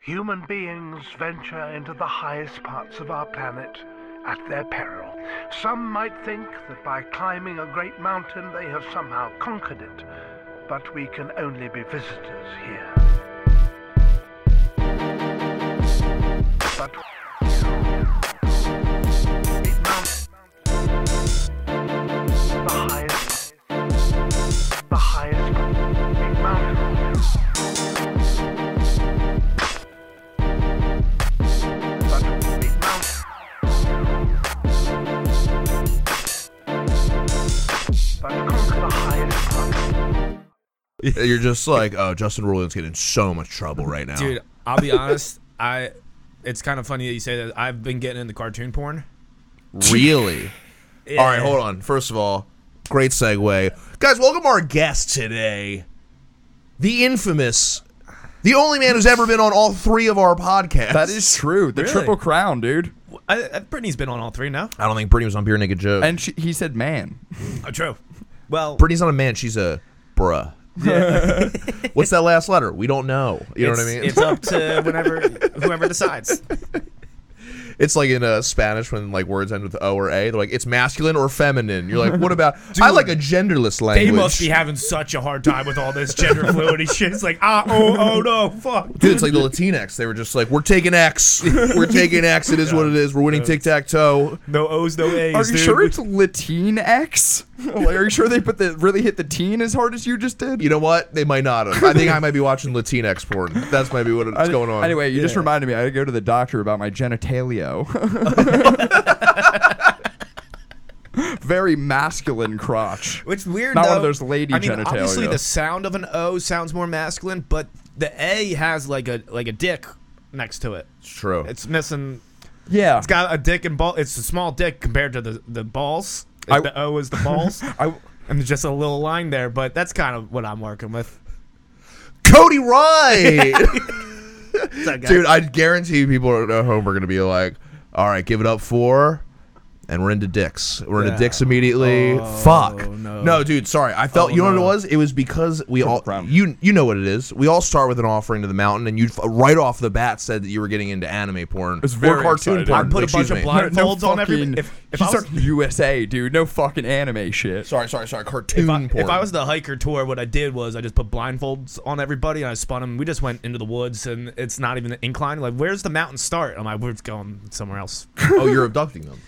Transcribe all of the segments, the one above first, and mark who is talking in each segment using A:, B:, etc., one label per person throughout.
A: Human beings venture into the highest parts of our planet at their peril. Some might think that by climbing a great mountain they have somehow conquered it, but we can only be visitors here. But the highest, the highest mountain. But but conquer the highest part.
B: You're just like, oh, Justin Roiland's getting in so much trouble right now.
C: Dude, I'll be honest. I, it's kind of funny that you say that. I've been getting into cartoon porn.
B: Really? All right,
C: Yeah.
B: hold on. First of all, great segue. Guys, welcome our guest today. The infamous, the only man who's ever been on all three of our podcasts.
D: That is true. The
C: Really?
D: triple crown, dude.
C: I, I- Brittany's been on all three now.
B: I don't think Brittany was on Beer Naked Joe. And
D: And she, he said, "Man,
C: Oh, true. Well,
B: Brittany's not a man. She's a bruh. What's that last letter? We don't know. You know what I
C: it's-
B: mean?
C: It's up to whenever whoever decides.
B: It's like in uh, Spanish when like words end with O or A. They're like it's masculine or feminine. You're like, what about? I like a genderless language.
C: They must be having such a hard time with all this gender fluidity shit. It's like, ah, oh, oh, no, fuck.
B: Dude, it's like the Latinx. They were just like, we're taking X. We're taking X. It is what it is. We're winning tic tac toe.
C: No O's, no A's.
D: are you
C: dude.
D: sure it's Latinx? like, are you sure they put the really hit the teen as hard as you just did?"
B: You know what? They might not have. I think I might be watching Latinx porn. That's maybe what
D: I-
B: it's going on.
D: Anyway, you just reminded me. I had to go to the doctor about my genitalia. Very masculine crotch.
C: Which weird.
D: Not
C: though,
D: one of those lady
C: I mean,
D: genitalia.
C: obviously the sound of an O sounds more masculine, but the A has like a like a dick next to it.
B: it's true.
C: It's missing.
D: Yeah.
C: It's got a dick and ball. It's a small dick compared to the the balls.
D: I-
C: the O is the balls,
D: I,
C: and there's just a little line there. But that's kind of what I'm working with.
B: Cody Wright.
C: What's up, guys?
B: Dude, I guarantee people at home are going to be like, all right, give it up for. And we're into dicks. We're into
C: Yeah.
B: dicks immediately.
C: Oh,
B: Fuck.
C: no.
B: dude. Sorry. I felt.
C: Oh,
B: you know
C: no.
B: what it was? It was because we all.
D: crown.
B: You you know what it is. We all start with an offering to the mountain, and you f- right off the bat said that you were getting into anime porn
D: It's
B: or
D: very
B: cartoon
D: exciting.
B: porn.
D: I
C: put a
B: Excuse
C: bunch of
B: me.
C: blind- Blindfolds on everybody- if- if
D: She's
C: I was-
D: from USA, dude. No fucking anime shit.
B: Sorry, sorry, sorry. Cartoon
C: If I,
B: porn.
C: if I was the hiker tour, what I did was I just put blindfolds on everybody and I spun them. We just went into the woods and it's not even an incline. Like, where's the mountain start? I'm like, we're just going somewhere else.
B: oh, you're abducting them.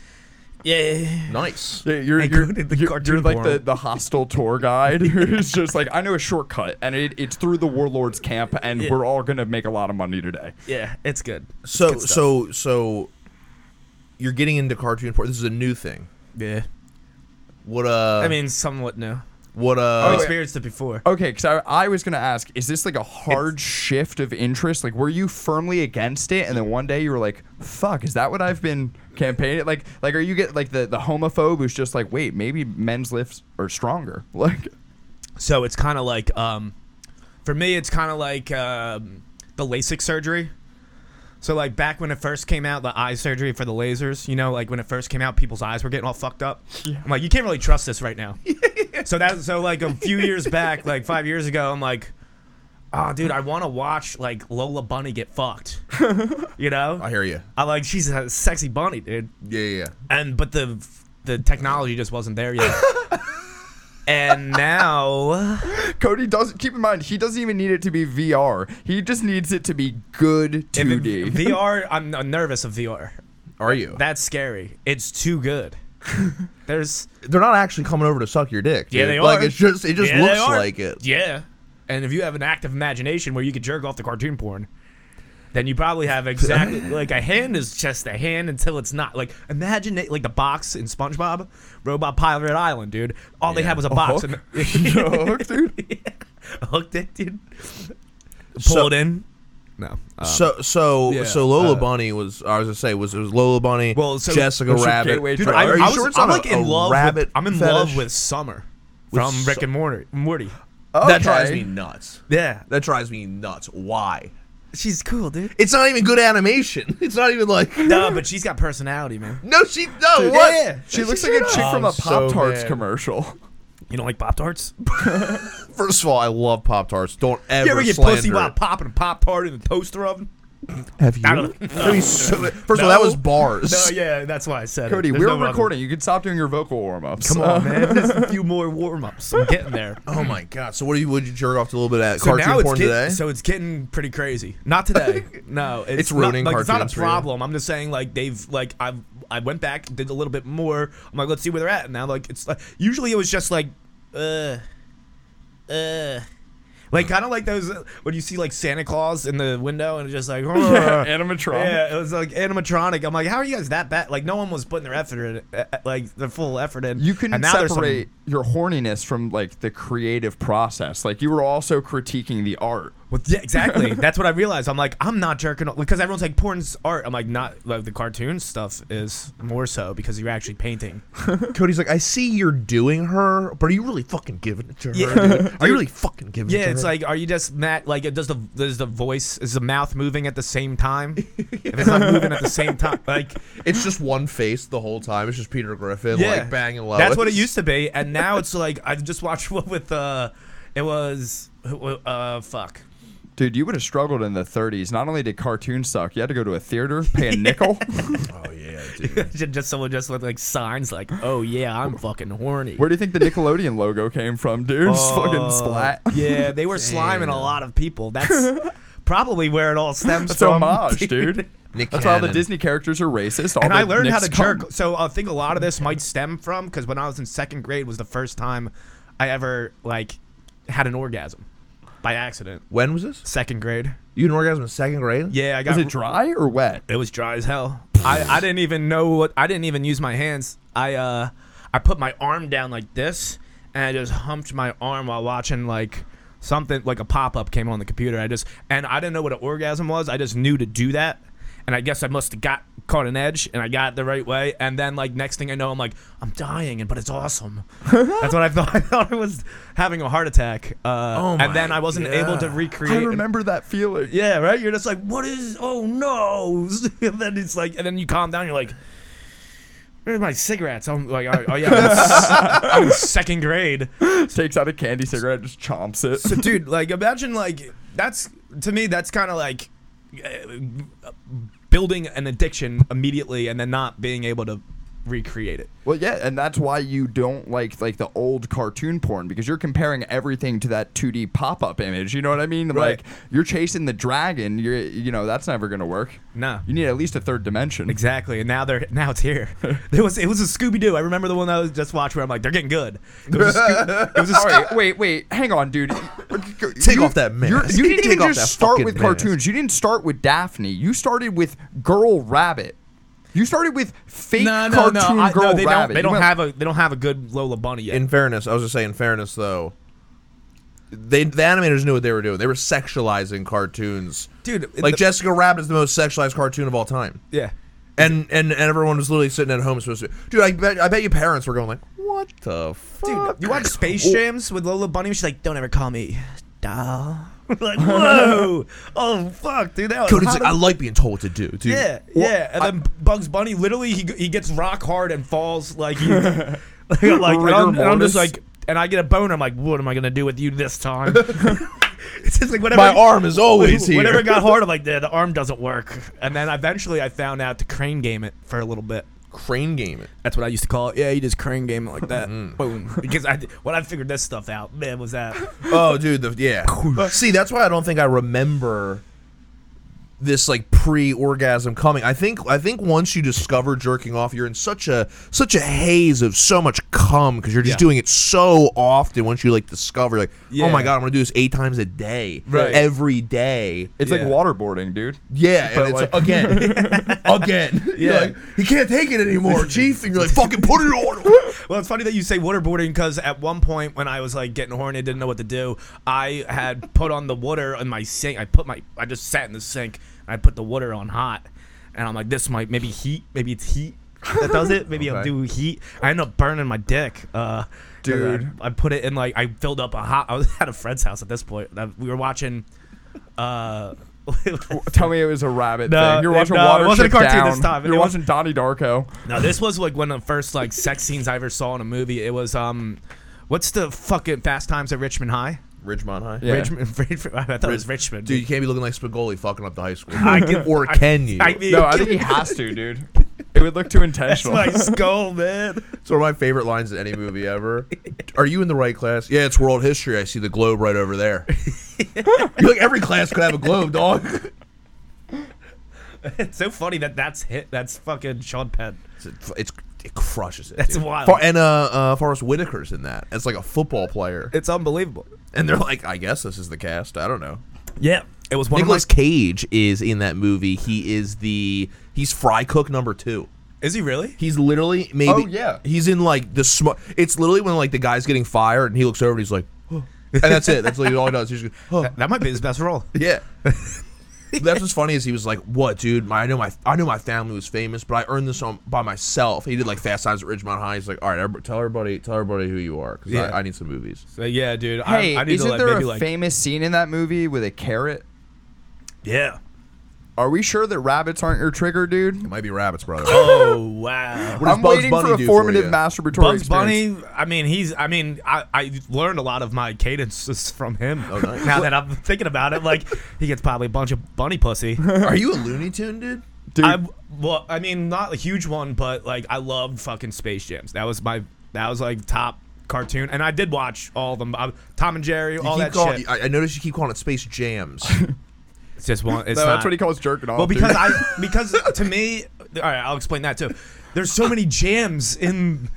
C: Yeah.
B: Nice.
D: Yeah, You're, you're,
C: Included the
D: you're-
C: cartoon
D: you're like the,
C: world.
D: the hostile tour guide who's just like, I know a shortcut, and it, it's through the warlord's camp, and we're all gonna make a lot of money today.
C: Yeah, it's good.
B: So
C: Good stuff.
B: so so. You're getting into cartoon porn. This is a new thing.
C: Yeah.
B: What uh?
C: I mean, oh, somewhat new.
B: what
C: I've
B: uh?
C: experienced it before.
D: Okay, because I, I was gonna ask, is this like a hard shift of interest? Like, were you firmly against it, and then one day you were like, "Fuck, is that what I've been campaigning?" Like, like are you get like the the homophobe who's just like, "Wait, maybe men's lifts are stronger." Like,
C: So it's kind of like, um, for me, it's kind of like um, the LASIK surgery. So like back when it first came out, the eye surgery for the lasers, you know, like when it first came out, people's eyes were getting all fucked up. I'm like, you can't really trust this right now. so that so like a few years back, like five years ago, I'm like, oh dude, I want to watch like Lola Bunny get fucked. you
B: I
C: know,
B: hear you.
C: I like she's a sexy bunny, dude.
B: Yeah, yeah. yeah.
C: and but the the technology just wasn't there yet. and now,
D: Cody doesn't keep in mind he doesn't even need it to be VR. He just needs it to be good
C: if it-
D: 2D.
C: VR, I'm, I'm nervous of VR.
B: Are you?
C: That's scary. It's too good. There's
B: They're not actually coming over to suck your dick.
C: Yeah,
B: dude.
C: they
B: Like
C: are.
B: it's just it just
C: Yeah, they
B: looks
C: are.
B: like it.
C: yeah, and if you have an active imagination where you could jerk off the cartoon porn. Then you probably have exactly like a hand is just a hand until it's not. Like imagine it, like the box in SpongeBob, Robot Pirate Island, dude. All they had was a box
D: hook?
C: and
D: No, dude.
C: hooked it, dude. Pulled
B: So-
C: in. No.
B: so so
D: yeah,
B: so Lola
D: uh,
B: Bunny was I was gonna say was it was Lola Bunny,
C: Well, so-
B: Jessica
D: What's your
B: Rabbit.
D: gateway
C: Dude,
D: drug?
C: I,
B: Are you
C: I was,
B: sure it's
C: I'm
B: not
C: like
B: a- a
C: in love.
B: rabbit
C: with, I'm in
B: fetish?
C: love with Summer from
B: With
C: Rick
B: Su-
C: and Morty. Morty.
B: That drives
D: Okay.
B: me nuts.
C: Yeah,
B: That drives me nuts. Why?
C: she's cool, dude.
B: It's not even good animation. It's not even like
C: No, but she's got personality, man.
B: no she no what
C: yeah.
D: She looks like a chick from a
B: I'm so
D: Pop Tarts
B: mad.
D: commercial.
C: You don't like Pop Tarts?
B: First of all, I love Pop Tarts. Don't ever
C: You ever get
B: slander
C: pussy while
B: it.
C: popping a Pop Tart in the toaster oven?
B: Have you? That'd be so- first of all, that was bars.
C: No, yeah, that's why I said it.
D: Cody,
C: There's
D: we're
C: no rubber.
D: recording. You can stop doing your vocal Uh, warm ups.
C: Come on, man. There's a few more warm ups. I'm getting there.
B: Oh my god! So what do you would you jerk off to a little bit of that
C: So now
B: cartoon
C: it's
B: porn
C: get-
B: today?
C: So it's getting pretty crazy. Not today. No, it's,
B: It's ruining
C: not, like, It's not
B: cartoons
C: a
B: for you.
C: problem. I'm just saying like they've like I I went back did a little bit more. I'm like let's see where they're at and now. Like it's like usually it was just like uh uh. Like kind of like those when you see like Santa Claus in the window and it's just like "Arr."
D: animatronic.
C: Yeah, it was like animatronic. I'm like, how are you guys that bad? Like, no one was putting their effort in, uh, uh, like their full effort in.
D: You couldn't
C: And now there's some-
D: separate your horniness from like the creative process. Like you were also critiquing the art.
C: Well, yeah, exactly. That's what I realized. I'm like, I'm not jerking off because everyone's like, porn's art. I'm like, not like the cartoon stuff is more so because you're actually painting.
B: Cody's like, I see you're doing her, but are you really fucking giving it to her?
C: Yeah.
B: dude? Are you really fucking giving it to
C: Yeah,
B: her?
C: it's like, are you just Matt? Like, does the does the voice is the mouth moving at the same time? If it's not moving at the same time, like,
B: it's just one face the whole time. It's just Peter Griffin,
C: yeah,
B: like banging low.
C: That's what it used to be, and now it's like I just watched one with uh, it was uh, fuck.
D: Dude, you would have struggled in the 30s. Not only did cartoons suck, you had to go to a theater, pay a nickel.
B: Oh yeah, dude.
C: just someone just with like signs like, oh yeah, I'm fucking horny.
D: Where do you think the Nickelodeon logo came from, dude? Just
C: Oh.
D: fucking splat.
C: Uh, Yeah, they were sliming a lot of people. That's probably where it all stems
D: That's
C: from.
D: homage, dude.
B: Nick
D: That's why all the
B: Cannon.
D: Disney characters are racist. All
C: And
D: the
C: I learned how to
D: Knicks cum.
C: jerk. So I think a lot of this might stem from because when I was in second grade was the first time I ever like had an orgasm by accident.
B: When was this?
C: Second grade.
B: You had an orgasm in second grade?
C: Yeah, I got
D: Was it dry or wet?
C: It was dry as hell. I, I didn't even know what I didn't even use my hands. I uh I put my arm down like this and I just humped my arm while watching like something like a pop up came on the computer. I just and I didn't know what an orgasm was. I just knew to do that. And I guess I must have got caught an edge and I got it the right way. And then like next thing I know I'm like, I'm dying and but it's awesome. That's what I thought. I thought I was having a heart attack. Uh
B: Oh my
C: and then I wasn't able to
B: God.
C: recreate
D: I
C: and-
D: remember that feeling.
C: yeah, right. You're just like, what is? Oh no! and then it's like, and then you calm down. You're like, where's my cigarettes? I'm like, oh, oh yeah, I'm in s- I'm in second grade.
D: Takes out a candy cigarette, just chomps it.
C: So, dude, like, imagine like that's to me that's kind of like uh, building an addiction immediately and then not being able to recreate it.
D: Well, yeah, and that's why you don't like like the old cartoon porn because you're comparing everything to that 2D pop-up image. You know what I mean?
C: Right.
D: Like you're chasing the dragon. You're you know that's never gonna work.
C: No.
D: You need at least a third dimension.
C: Exactly, and now they're now it's here. There was it was a Scooby Doo. I remember the one I was just watching where I'm like, they're getting good. It was a Scoo- it was a
D: All
C: Scoo-
D: right, wait, wait, hang on, dude.
B: Take
D: You-
B: off that mask.
D: you're- You didn't
B: Take
D: even
B: off
D: just
B: that
D: start
B: fucking
D: with
B: mask.
D: cartoons. You didn't start with Daphne. You started with Girl Rabbit. You started with fake cartoon
C: I-
D: Girl
C: they Don't, they
D: Rabbit. You
C: don't
D: went-
C: have a they don't have a good Lola Bunny yet.
B: In fairness, I was just saying. In fairness, though, they the animators knew what they were doing. They were sexualizing cartoons,
C: Dude, it-
B: Like
C: the-
B: Jessica Rabbit is the most sexualized cartoon of all time.
C: yeah.
B: And, and and everyone was literally sitting at home supposed to. Dude, I bet I bet you parents were going like, "What the fuck?"
C: Dude, you watch Space Jams with Lola Bunny? She's like, "Don't ever call me doll." like, whoa, oh fuck, dude, that was
B: Cody's
C: hot
B: like, I like being told what to do, dude.
C: Yeah, yeah. And then Bugs Bunny literally he, he gets rock hard and falls like he, like, like and I'm, and I'm just
D: mortis.
C: like and I get a bone. I'm like, what am I gonna do with you this time? it's just like whatever.
B: My arm is always here.
C: Whenever it got hard, I'm like, the, the arm doesn't work. And then eventually, I found out to crane game it for a little bit.
B: Crane game.
C: That's what I used to call it. Yeah, you just crane game it like that.
B: Mm-hmm.
C: Boom. Because I when I figured this stuff out, man, was that
B: Oh, dude, the, yeah. See, that's why I don't think I remember this like pre-orgasm coming. I think I think once you discover jerking off, you're in such a such a haze of so much cum because you're just
C: Yeah.
B: doing it so often. Once you like discover, like, oh my
C: Yeah.
B: god, I'm gonna do this eight times a day,
D: Right.
B: every day.
D: It's
C: Yeah.
D: like waterboarding, dude.
B: Yeah, and
D: But,
B: it's
D: like-
B: again, again. Yeah,
C: Yeah.
B: like, he can't take it anymore, Chief. And you're like, fucking put it on.
C: Well, it's funny that you say waterboarding because at one point when I was like getting horny, didn't know what to do. I had put on the water in my sink. I put my I just sat in the sink and I put the water on hot, and I'm like, this might maybe heat, maybe it's heat that does it. Maybe I'll
B: Okay.
C: do heat. I end up burning my dick. Uh, 'cause
D: Dude.
C: I, I put it in like I filled up a hot. I was at a friend's house at this point. I- We were watching. Uh,
D: Tell me it was a rabbit
C: No,
D: thing. You're
C: it-
D: watching
C: no, it
D: Watership
C: wasn't a cartoon
D: Down.
C: this time.
D: You're
C: It was-
D: watching Donnie Darko.
C: No, this was like one of the first like sex scenes I ever saw in a movie. It was um, what's the fucking Fast Times at Richmond High?
B: Ridgemont High.
D: Yeah.
C: Richmond. I thought it was Richmond.
B: Dude, you can't be looking like Spagoli fucking up the high school.
C: I can-
B: or
C: I-
B: can you?
C: I mean-
D: No, I think he has to, dude. It would look too
C: that's
D: intentional.
C: my skull, man.
B: It's one of my favorite lines in any movie ever. Are you in the right class? Yeah, it's world history. I see the globe right over there. You're like every class could have a globe, dog.
C: It's so funny that that's hit. That's fucking Sean Penn.
B: It's, it's it crushes it.
C: That's
B: dude.
C: wild.
B: For- and uh, uh, Forrest Whitaker's in that. It's like a football player,
C: It's unbelievable.
B: and they're like, I guess this is the cast. I don't know.
C: Yeah, it was one
B: Nicholas
C: of my.
B: Cage is in that movie. He is the he's fry cook number two.
C: Is he really?
B: He's literally maybe.
D: Oh, yeah.
B: He's in like the smart. It's literally when like the guy's getting fired and he looks over and he's like, "Huh." and that's it. That's like all he does. He's just, "Huh."
C: That might be his best role.
B: yeah. that's what's funny is he was like, "What, dude? My, I know my I know my family was famous, but I earned this on by myself." He did like Fast Times at Ridgemont High. He's like, "All right, everybody, tell everybody, tell everybody who you are, because
C: Yeah.
B: I, I need some movies."
C: So yeah, dude.
D: Hey,
C: I, I need
D: isn't
C: to like
D: there
C: maybe
D: a
C: like.
D: famous scene in that movie with a carrot?
C: yeah.
D: Are we sure that rabbits aren't your trigger, dude?
B: It might be rabbits, brother.
C: Oh wow.
B: What does
D: I'm
B: Bugs
D: waiting
B: Bunny
D: for a
B: do
D: formative
B: you?
D: masturbatory
C: Bugs
D: experience.
C: Bunny. I mean, he's. I mean, I, I learned a lot of my cadences from him.
B: Oh, nice.
C: Now that I'm thinking about it, like he gets probably a bunch of bunny pussy.
B: Are you a Looney Tune, dude?
D: Dude,
C: I well, I mean, not a huge one, but like I loved fucking Space Jams. That was my. That was like top cartoon, and I did watch all of them. I, Tom and Jerry,
B: You
C: all
B: keep
C: that
B: calling-
C: shit.
B: I, I noticed you keep calling it Space Jams.
C: It's just one. It's
D: no,
C: not,
D: that's what he calls jerking off.
C: Well,
D: dude.
C: because I because to me, all right, I'll explain that too. There's so many jams in,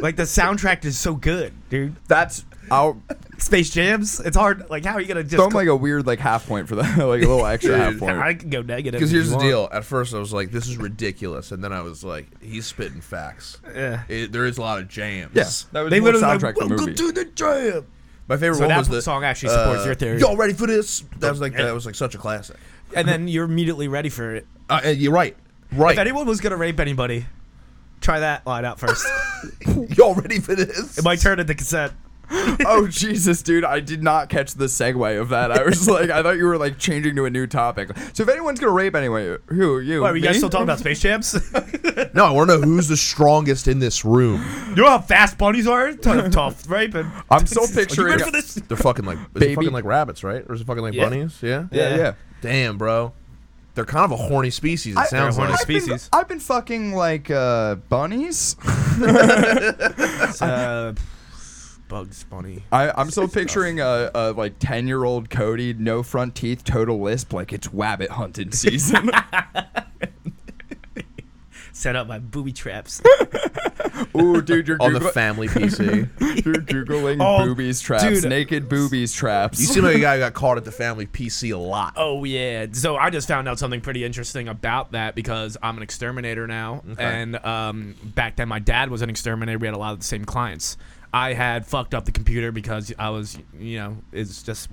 C: like the soundtrack is so good, dude.
D: that's I'll
C: Space Jams. It's hard. Like, how are you gonna just?
D: throw him like a weird like half point for that, like a little extra half
B: Dude,
D: point.
C: I can go negative.
B: Because
C: if
B: here's
C: you
B: the
C: want.
B: deal. At first, I was like, "This is ridiculous," and then I was like, "He's spitting facts."
C: Yeah.
B: It- there is a lot of jams.
D: yes, that was
C: They
D: more
C: literally like,
D: soundtrack the
C: welcome
D: movie.
C: to the jam.
B: My favorite
C: So
B: one
C: that
B: was the
C: song actually supports
B: uh,
C: your theory.
B: Y'all ready for this? That was like that was like such a classic.
C: And then you're immediately ready for it.
B: Uh, and you're right. Right.
C: If anyone was gonna rape anybody, try that line out first.
B: y'all ready for this?
C: it might turn into consent.
D: oh Jesus, dude! I did not catch the segue of that. I was like, I thought you were like changing to a new topic. So if anyone's gonna rape anyway, who you?
C: Wait, are you guys
D: me?
C: still talking about Space Jams?
B: no, I want to know who's the strongest in this room.
C: you know how fast bunnies are? Tough, tough raping.
D: I'm still
C: Are you ready
D: picturing-
C: for this?
B: They're fucking like is it
D: Baby.
B: fucking like rabbits, right? Or is it fucking like
C: Yeah.
B: bunnies? Yeah?
D: Yeah, yeah.
B: Damn, bro. They're kind of a horny species. It
D: I-
B: sounds
C: They're a horny
B: like.
C: spe- Species.
D: I've been, I've been fucking like uh, bunnies.
C: Uh, Bugs Bunny.
D: I, I'm still picturing a, a like ten year old Cody, no front teeth, total lisp, like it's wabbit hunting season.
C: Set up my booby traps.
D: Ooh, dude, you're
B: on the
D: Googling-
B: family PC.
D: You're googling
C: Oh,
D: boobies traps,
C: dude.
D: naked boobies traps.
B: You seem like a guy who got caught at the family PC a lot.
C: Oh yeah. So I just found out something pretty interesting about that because I'm an exterminator now, and um, back then my dad was an exterminator. We had a lot of the same clients. I had fucked up the computer because I was, you know, it's just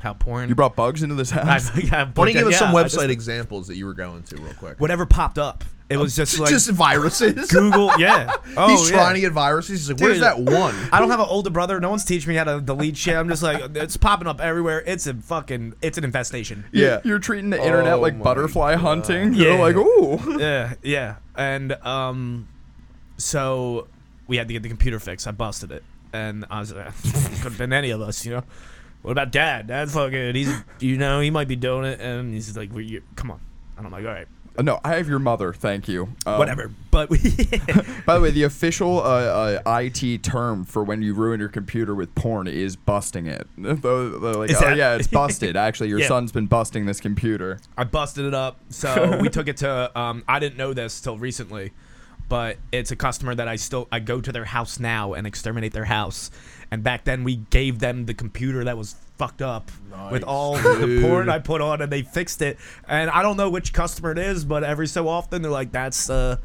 C: how porn.
D: you brought bugs into this
C: I,
D: house.
B: Why
C: I
B: don't you give us
C: yeah,
B: some
C: I
B: website
C: just-
B: examples that you were going to real quick?
C: whatever popped up. It was just like
B: just viruses.
C: Google. Yeah. Oh,
B: He's
C: yeah.
B: trying to get viruses. He's like, where's
C: Dude.
B: that one?
C: I don't have an older brother. No one's teaching me how to delete shit. I'm just like, it's popping up everywhere. It's a fucking, it's an infestation.
B: Yeah.
D: You're treating the internet
B: Oh
D: like
B: my
D: butterfly hunting. You're
C: Yeah.
D: like, ooh.
C: yeah, yeah. And um, so we had to get the computer fixed. I busted it, and I was like, could have been any of us, you know. What about Dad? Dad, fucking, he's, you know, he might be doing it, and he's like, well, you, come on. And I'm like, all right,
D: No, I have your mother. Thank you. Um,
C: whatever. But we,
D: By the way, the official uh, uh, IT term for when you ruin your computer with porn is busting it. They're like,
C: Is
D: oh,
C: that-
D: yeah, it's busted. Actually, your
C: Yeah.
D: son's been busting this computer.
C: I busted it up. So we took it to. Um, I didn't know this till recently, but it's a customer that I still I go to their house now and exterminate their house. And back then we gave them the computer that was fucked up
B: Nice,
C: with all the
B: dude.
C: porn I put on, and they fixed it. And I don't know which customer it is, but every so often they're like, "That's uh,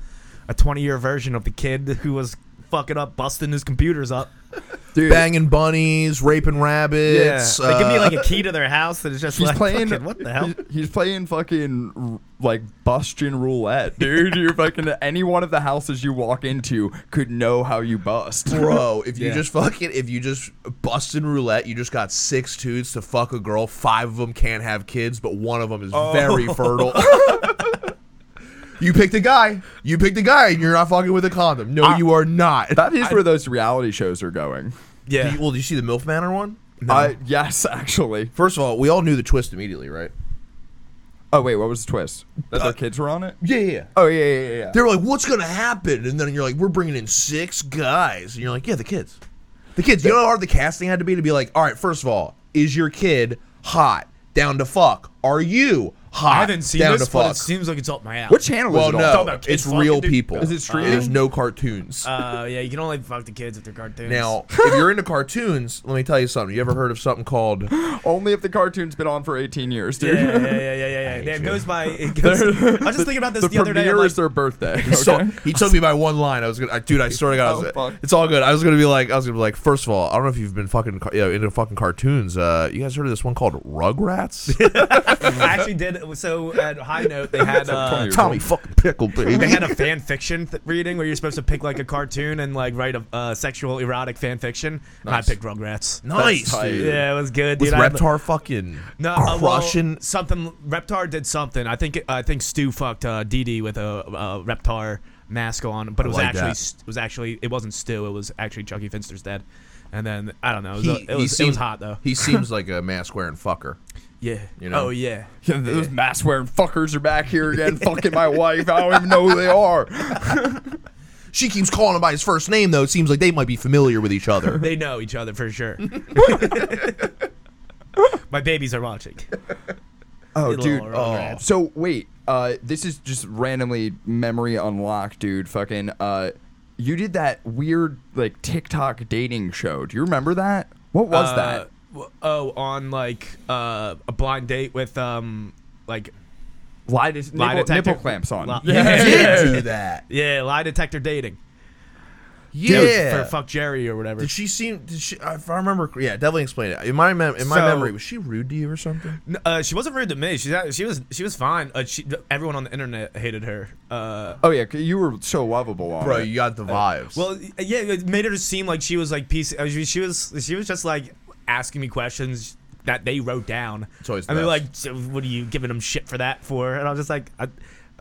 C: a 20 year version of the kid who was fucking up, busting his computers up."
D: Dude,
B: Banging bunnies, raping rabbits.
C: they give me
B: uh,
C: like a key to their house, and it's just
D: he's
C: like,
D: playing.
C: fucking, "What the hell?"
D: He's, he's playing fucking r- like Bustian roulette, dude. You're fucking any one of the houses you walk into could know how you bust.
B: Bro, if you
C: Yeah.
B: just fucking, if you just busting roulette, you just got six dudes to fuck a girl. Five of them can't have kids, but one of them is very fertile. you picked a guy. You picked a guy, and you're not fucking with a condom. No, you are not.
D: That is where those reality shows are going.
C: Yeah.
B: Do you- well, do you see the MILF Manor one?
D: I, yes, actually.
B: First of all, we all knew the twist immediately, right?
D: Oh wait, what was the twist? That
C: Uh,
D: their kids were on it?
B: Yeah, yeah.
D: Oh yeah, yeah, yeah, yeah.
B: They were like, "What's gonna happen?" And then you're like, "We're bringing in six guys," and you're like, "Yeah, the kids, the kids." You know how hard the casting had to be to be like, "All right, first of all, is your kid hot down to fuck? Are you hot
C: I haven't seen
B: down
C: this,
B: to
C: but
B: fuck?"
C: it seems like it's up my alley.
D: What channel
B: well,
D: is it on?
B: no,
C: about kids
B: it's real
C: fucking, dude.
B: people. Uh,
D: Is it streaming?
B: There's no cartoons.
C: Uh, yeah, you can only fuck the kids if they're cartoons.
B: now, if you're into cartoons, let me tell you something. You ever heard of something called
D: Only if the cartoon's been on for 18 years,
C: Yeah,
D: dude.
C: yeah, yeah, yeah, yeah. yeah. yeah. It goes by. It goes, I was just thinking about this
D: the
C: the, other day.
D: premiere
C: I'm like,
D: is their birthday.
B: So
D: Okay?
B: he took me by one line. I was gonna, I, dude. I swear to God, I was,
D: Oh, fuck.
B: it's all good. I was gonna be like, I was gonna be like, first of all, I don't know if you've been fucking, car- you know, into fucking cartoons. Uh, you guys heard of this one called Rugrats?
C: I actually did. So at High Note, they had uh,
D: Tommy.
B: Tommy fucking pickle,
C: they
B: baby.
C: had a fan fiction th- reading where you're supposed to pick like a cartoon and like write a uh, sexual erotic fan fiction. And I picked Rugrats.
B: nice,
D: tight.
B: dude.
C: Yeah, it was good.
B: With
C: dude. I had-
B: Reptar fucking
C: No, uh, well,
B: crushing.
C: something. Reptar did something. I think. I think Stu fucked uh, Dee Dee with a, uh Reptar mask on, but it was
B: like
C: actually.
B: that.
C: It was actually. It wasn't Stu. It was actually Chucky Finster's dead. And then I don't know. It was,
B: he,
C: it,
B: he
C: was, it
B: seems-
C: was hot though.
B: He seems like a mask wearing fucker.
C: yeah.
B: You know?
C: Oh yeah.
D: Yeah, those mask wearing fuckers are back here again, fucking my wife. I don't even know who they are.
B: She keeps calling him by his first name though. It seems like they might be familiar with each other.
C: They know each other for sure. My babies are watching.
D: Oh,
C: Little
D: dude.
C: Rugrats.
D: So wait, uh, this is just randomly memory unlocked, dude. Fucking, uh, you did that weird like TikTok dating show. Do you remember that? What was
C: Uh,
D: that?
C: w- Oh, on like uh, a blind date with um, like
D: Lie, de-
C: lie
D: nipple,
C: detector
D: nipple clamps on.
C: Li-
D: yeah.
C: yeah.
B: Did do that.
C: yeah, lie detector dating.
B: Yeah.
C: for fuck Jerry or whatever.
B: Did she seem? Did she? If I remember, yeah, definitely explain it. In my mem- in my
C: So-
B: memory, was she rude to you or something?
C: N- Uh, she wasn't rude to me. She's act- she was she was fine. Uh, she, everyone on the internet hated her. Uh,
D: Oh yeah, 'cause you were so lovable on
B: Bro,
D: it.
B: you got the vibes.
C: well, y- yeah, it made her seem like she was like piece. uh, She, she was she was just like asking me questions that they wrote down.
B: It's always the
C: and they're
B: best.
C: like, "So "What are you giving them shit for that for?" And I was just like, I, I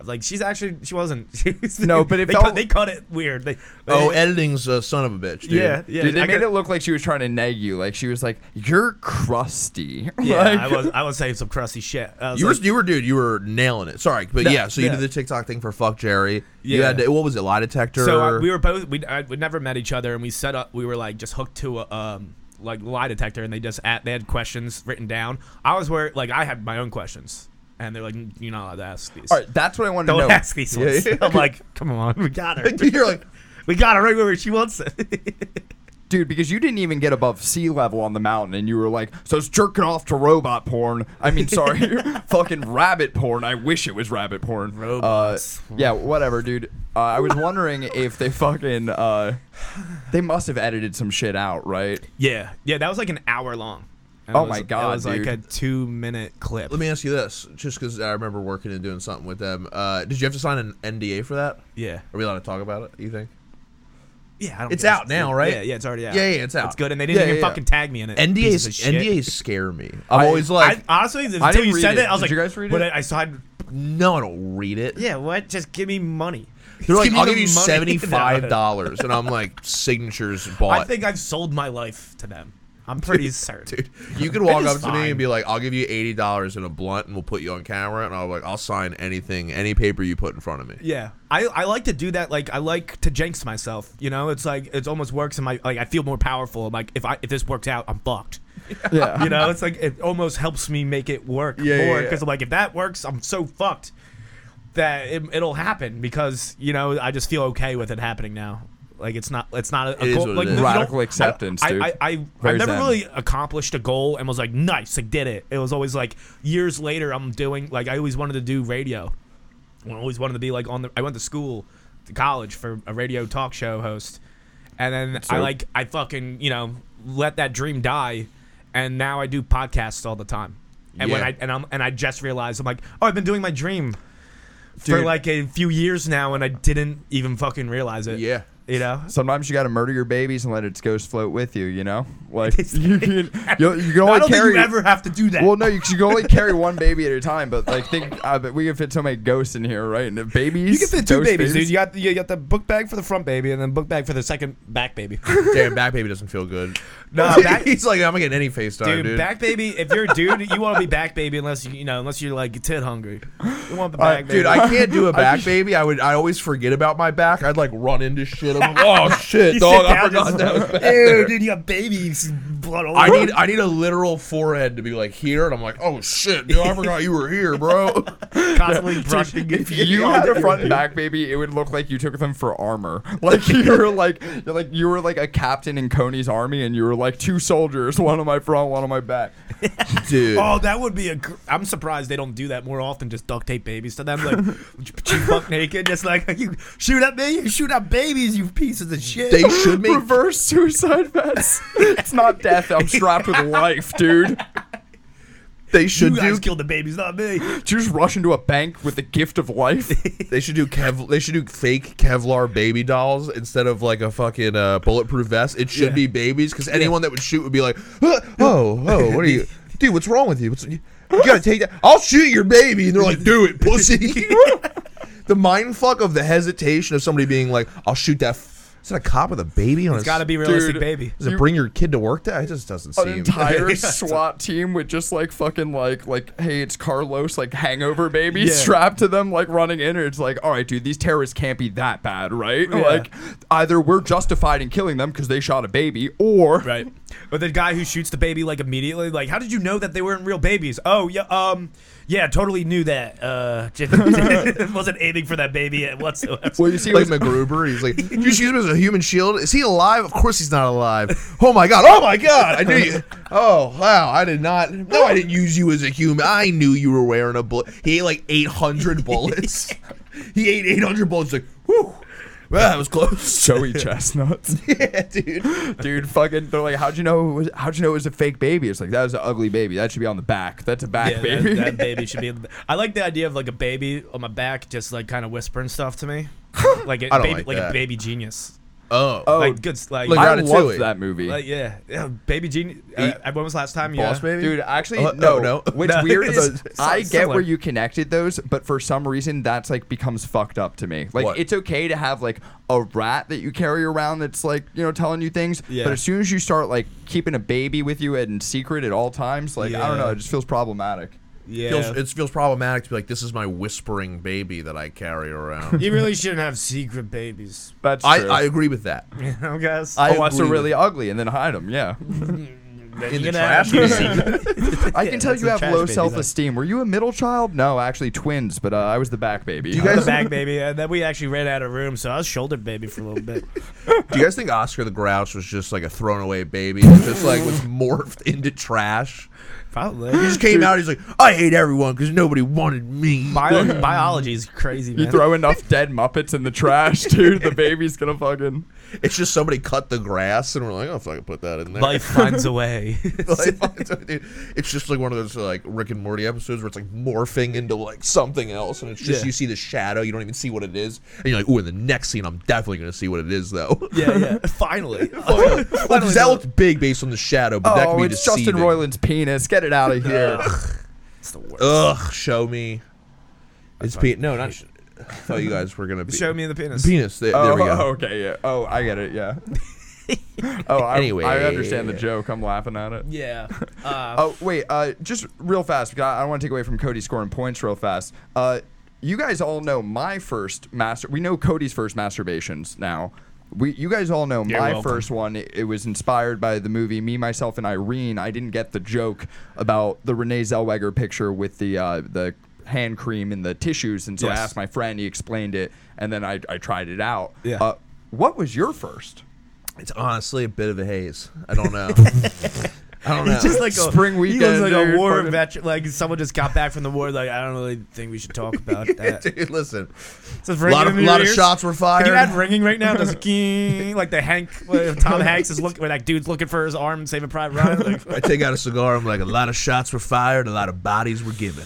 C: was like she's actually she wasn't. She was,
D: No, but it
C: they
D: felt-
C: cut, they cut it weird. They,
B: oh,
C: they-
B: editing's a son of a bitch, dude.
C: yeah, yeah.
D: Dude, they
C: I
D: made
C: got-
D: it look like she was trying to nag you. Like she was like, "You're crusty."
C: Yeah,
D: Like-
C: I was I was saying some crusty shit. I was
B: You were,
C: like,
B: you were, dude. You were nailing it. Sorry, but
C: No,
B: yeah. So you
C: yeah.
B: did the TikTok thing for fuck Jerry. You
C: Yeah.
B: had to, what was it? Lie detector.
C: So uh, we were both we I, we never met each other, and we set up. We were like just hooked to a um like lie detector, and they just at, they had questions written down. I was where like I had my own questions, and they're like, you're not allowed to ask these.
D: All right, that's what I wanted
C: Don't
D: to know.
C: ask these ones.
B: yeah.
C: I'm like, come on, we got her.
B: You're like,
C: we got her right where she wants it.
D: Dude, because you didn't even get above sea level on the mountain, and you were like, so it's jerking off to robot porn. I mean, sorry, fucking rabbit porn. I wish it was rabbit porn.
C: Robots.
D: Uh, yeah, whatever, dude. Uh, I was wondering if they fucking. Uh, they must have edited some shit out, right?
C: yeah, yeah. That was like an hour long. And
D: Oh
C: it was-
D: my God,
C: It was
D: dude.
C: like a two minute clip.
B: let me ask you this, just because I remember working and doing something with them. Uh, did you have to sign an NDA for that?
C: yeah,
B: Are we allowed to talk about it? You think?
C: yeah. I don't
B: It's
C: think
B: out now, right?
C: Yeah, yeah. It's already out.
B: Yeah, yeah, it's out.
C: It's good, and they didn't
D: Yeah,
C: even
D: yeah, yeah.
C: fucking tag me in it. pieces of
B: NDAs.
C: shit.
B: NDAs scare me. I'm always like,
C: I, honestly, until
D: didn't
C: you
D: read
C: said
D: it.
C: that, I was
D: Did
C: like,
D: you guys read
C: but
D: it?
C: I, I saw. I'd-
B: no, I don't read it.
C: Yeah, what? Just give me money.
B: They're like,
C: Give me
B: I'll
C: the
B: give you
C: money.
B: seventy five dollars, and I'm like, signatures bought.
C: I think I've sold my life to them. I'm pretty certain.
B: Dude, you could walk
C: It is
B: up to me
C: fine.
B: and be like, "I'll give you eighty dollars in a blunt, and we'll put you on camera." And I'll be like, "I'll sign anything, any paper you put in front of me."
C: Yeah, I, I like to do that. Like I like to jinx myself. You know, it's like it's almost works in my like I feel more powerful. I'm like if I if this works out, I'm fucked.
D: Yeah.
C: You know, it's like it almost helps me make it work
B: Yeah, yeah,
C: more
B: yeah.
C: because I'm like if that works, I'm so fucked that it, it'll happen because you know I just feel okay with it happening now. Like it's not it's not a, a
B: It is what it
C: goal- like
B: is.
C: you don't-
D: Radical acceptance,
C: I,
D: dude.
C: I, I, I,
D: Very
C: never
D: zen.
C: really accomplished a goal and was like nice, like did it. It was always like years later I'm doing like I always wanted to do radio. I always wanted to be like on the. I went to school, to college for a radio talk show host, and then I
D: dope.
C: like I fucking you know let that dream die, and now I do podcasts all the time. And when
B: Yeah.
C: I and I'm and I just realized I'm like oh I've been doing my dream for
D: Dude.
C: like a few years now and I didn't even fucking realize it.
B: yeah.
C: You know,
D: Sometimes you got to murder your babies and let its ghost float with you. You know, like you can, you'll- you can only
C: I don't
D: carry.
C: think you ever have to do that.
D: well, no, you, 'cause you can only carry one baby at a time. But like, think, uh, but we can fit so many ghosts in here, right? And the babies,
C: you can fit two
D: ghost
C: babies, dude. You got you got the book bag for the front baby, and then book bag for the second back baby.
B: Damn, back baby doesn't feel good.
C: No, back-
B: he's like, I'm not getting any FaceTime,
C: Dude,
B: dude.
C: back baby. If you're a dude, you want to be back baby unless you, you know unless you're like tit hungry. You want the back baby.
B: Dude, I can't do a back baby. I would. I always forget about my back. I'd like run into shit. I'm like, oh shit,
C: You
B: dog.
C: sit
B: I
C: down,
B: forgot
C: just-
B: that was back
C: Ew,
B: there.
C: dude, you got babies, blood all
B: I
C: over.
B: need I need a literal forehead to be like here, and I'm like, oh shit, dude, I forgot you were here, bro.
C: constantly brushing.
D: If you had a front and back baby, it would look like you took them for armor. Like you were like you're like you were like a captain in Coney's army, and you were like two soldiers, one on my front, one on my back.
B: Dude,
C: Oh, that would be a. Gr- I'm surprised they don't do that more often. Just duct tape babies to them, like you fuck naked, just like you shoot at me, you shoot at babies, you pieces of shit.
B: they should make
D: Reverse suicide vets. it's not death. I'm strapped with life, dude.
B: they
C: you
B: should
C: guys
B: do
C: killed the babies, not me.
D: Did you just rush into a bank with the gift of life?
B: They should do Kev. They should do fake Kevlar baby dolls instead of like a fucking uh, bulletproof vest. It should
C: Yeah.
B: be babies because anyone that would shoot would be like, "Huh, oh, oh, what are you, dude? What's wrong with you? What's, you gotta take that. I'll shoot your baby." And they're like, "Do it, pussy." the mind fuck of the hesitation of somebody being like, "I'll shoot that." F- is it a cop with a baby on?
C: It's
B: his-
C: got to be realistic,
D: Dude.
C: baby.
B: Does it bring your kid to work? That it just doesn't
D: An
B: seem.
D: entire SWAT team with just like fucking like like hey it's Carlos like hangover baby
C: Yeah.
D: strapped to them like running in and it's like all right dude these terrorists can't be that bad right
C: Yeah.
D: like either we're justified in killing them because they shot a baby or
C: Right. Or the guy who shoots the baby like immediately, like, how did you know that they weren't real babies? Oh yeah, um, yeah, totally knew that. Uh, just- wasn't aiming for that baby whatsoever.
D: well you see
B: like
D: it was,
B: MacGruber. He's like, "Did you use him as a human shield? Is he alive? Of course he's not alive. Oh my god! Oh my god! I knew you. Oh wow! I did not. No, I didn't use you as a human. I knew you were wearing a bullet. He ate like eight hundred bullets. he ate eight hundred bullets. Like, whew. Well, that was close.
D: Joey Chestnuts
B: yeah, dude.
D: dude fucking they're like how'd you know it was, how'd you know it was a fake baby it's like that was an ugly baby that should be on the back that's a back
C: Yeah, that-
D: baby
C: That, baby should be. In the, I like the idea of like a baby on my back, just like kind of whispering stuff to me, like a
B: I don't
C: baby,
B: like
C: like,
B: that.
C: a baby genius.
B: Oh,
D: oh
C: Like good, s- like,
B: Like
D: I
B: Ratatouille.
D: love that movie
C: like, yeah, yeah, baby genius.
B: Eat-
C: Uh, when was the last time?
B: boss
C: yeah.
B: baby.
D: Dude, actually,
B: Uh,
D: no,
B: oh, no.
D: no. What's
C: No,
D: weird
C: it's-
D: is
C: it's
D: I get where
C: similar.
D: you connected those, but for some reason, that's like becomes fucked up to me. Like,
B: What?
D: it's okay to have like a rat that you carry around that's like you know telling you things,
C: Yeah.
D: but as soon as you start like keeping a baby with you in secret at all times, like I don't know,
C: Yeah.
D: it just feels problematic.
C: Yeah.
B: feels, it feels problematic to be like, this is my whispering baby that I carry around.
C: you really shouldn't have secret babies. Oh,
D: That's
B: I,
D: true.
B: I agree with that.
C: You know, guys.
B: I
D: Unless they're
B: agree
D: really ugly and then hide them, yeah.
B: In the
C: You're gonna have
B: trash.
C: your
B: can.
D: I can tell
C: that's
D: you
C: the
D: have
C: trash
D: low
C: babies,
D: self esteem. Were you a middle child? No, actually, twins, but uh, I was the back baby.
B: you
D: I
B: guys-
D: was
C: the back baby, and then we actually ran out of room, so I was shoulder baby for a little bit.
B: Do you guys think Oscar the Grouch was just like a thrown away baby? that Just like was morphed into trash.
C: Probably.
B: He just came out. He's like, I hate everyone because nobody wanted me.
C: Bio- biology is crazy, man.
D: You throw enough dead Muppets in the trash, dude. The baby's gonna fucking.
B: It's just somebody cut the grass, and we're like, oh, fucking put that in there.
C: Life finds a way.
B: Life- dude, it's just like one of those like Rick and Morty episodes where it's like morphing into like something else, and it's just
C: Yeah.
B: you see the shadow, you don't even see what it is, and you're like, ooh, in the next scene, I'm definitely gonna see what it is though.
C: yeah, yeah. Finally.
B: Well, 'cause that looked big based on the shadow, but that could
D: Oh,
B: be
D: it's
B: deceiving.
D: Justin Roiland's penis. Get it out of here.
C: It's the worst.
B: Ugh, show me. It's pe- no, not. Sh- I thought you guys were gonna be
C: Show me the penis.
B: penis. There,
D: oh,
B: there we go.
D: okay, yeah. Oh, I get it. Yeah. oh, I,
B: Anyway.
D: I understand the joke. I'm laughing at it.
C: Yeah. Uh,
D: Oh wait, uh, just real fast because I, I want to take away from Cody scoring points real fast. Uh, you guys all know my first master. We know Cody's first masturbations now. We, you guys all know
C: You're
D: my
C: welcome.
D: first one. It, it was inspired by the movie Me, Myself, and Irene. I didn't get the joke about the Renee Zellweger picture with the uh, the hand cream and the tissues, and so
C: Yes.
D: I asked my friend. He explained it, and then I, I tried it out.
C: Yeah.
D: Uh, what was your first?
C: oh,
B: It's honestly a bit of a haze. I don't know. I don't know.
C: He's just like a,
D: Spring
C: He looks
D: weekend,
C: like a
D: dude,
C: war
D: fucking-
C: veteran. Like someone just got back from the war. Like I don't really think we should talk about that.
B: Dude, listen.
C: It's just
B: A lot
C: ringing
B: of,
C: in your
B: lot of
C: ears.
B: shots were fired.
C: Can you add ringing right now? Does it like the Hank, where Tom Hanks is looking, where that dude's looking for his arm, and saving Private Ryan. Like,
B: I take out a cigar. I'm like, a lot of shots were fired. A lot of bodies were given.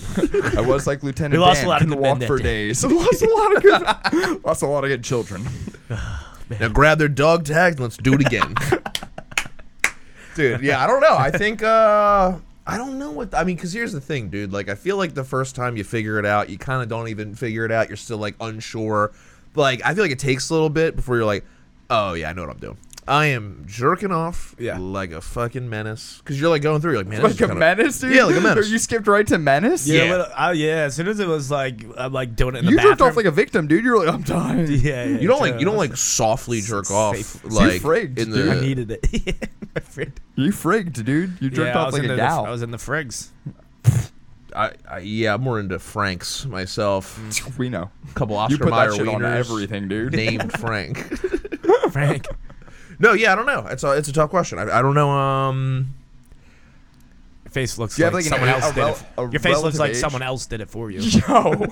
D: I was like Lieutenant
C: We lost
D: Dan.
C: a lot of
D: couldn't
C: good men
D: walk
C: that
D: for
C: day.
D: days. lost a lot of good. lost a lot of good children.
B: Now grab their dog tags and let's do it again. dude, yeah, I don't know. I think uh I don't know what I mean cuz here's the thing, dude. Like I feel like the first time you figure it out, you kind of don't even figure it out. You're still like unsure. Like I feel like it takes a little bit before you're like, "Oh yeah, I know what I'm doing." I am jerking off
C: Yeah.
B: like a fucking menace cuz you're like going through you're like, "Man, this
D: Like
B: is
D: a
B: kinda-
D: menace, dude.
B: Yeah, like a menace.
D: You skipped right to menace.
C: Yeah,
B: Yeah.
C: Well, uh, yeah. As soon as it was like, I'm like doing it in the
D: You
C: bathroom.
D: jerked off like a victim, dude. You're like, I'm dying.
C: yeah, yeah,
B: You don't
C: it's,
B: like you
C: uh,
B: don't like softly jerk
C: safe.
B: off
C: You
B: like
D: frigged,
B: in
D: dude.
B: the
C: I needed it. yeah, my friend.
D: You frigged, dude. You jerked
C: yeah, I
D: off
C: was
D: like a
C: into the- I
D: gal.
C: was in the frigs.
B: I, I yeah, I'm more into Franks myself.
D: we know.
B: couple
D: You put that
B: Ostermeyer
D: shit on
B: wieners
D: everything, dude.
B: named Frank.
C: Frank.
B: No, yeah, I don't know. It's a it's a tough question. I, I don't know. Um,
C: Your face looks
D: Do you
C: like,
D: have, like, an
C: someone
D: a-
C: else
D: a rel-
C: did
D: a
C: it. Your face looks
D: relative
C: like
D: age?
C: someone else did it for you.
D: Yo.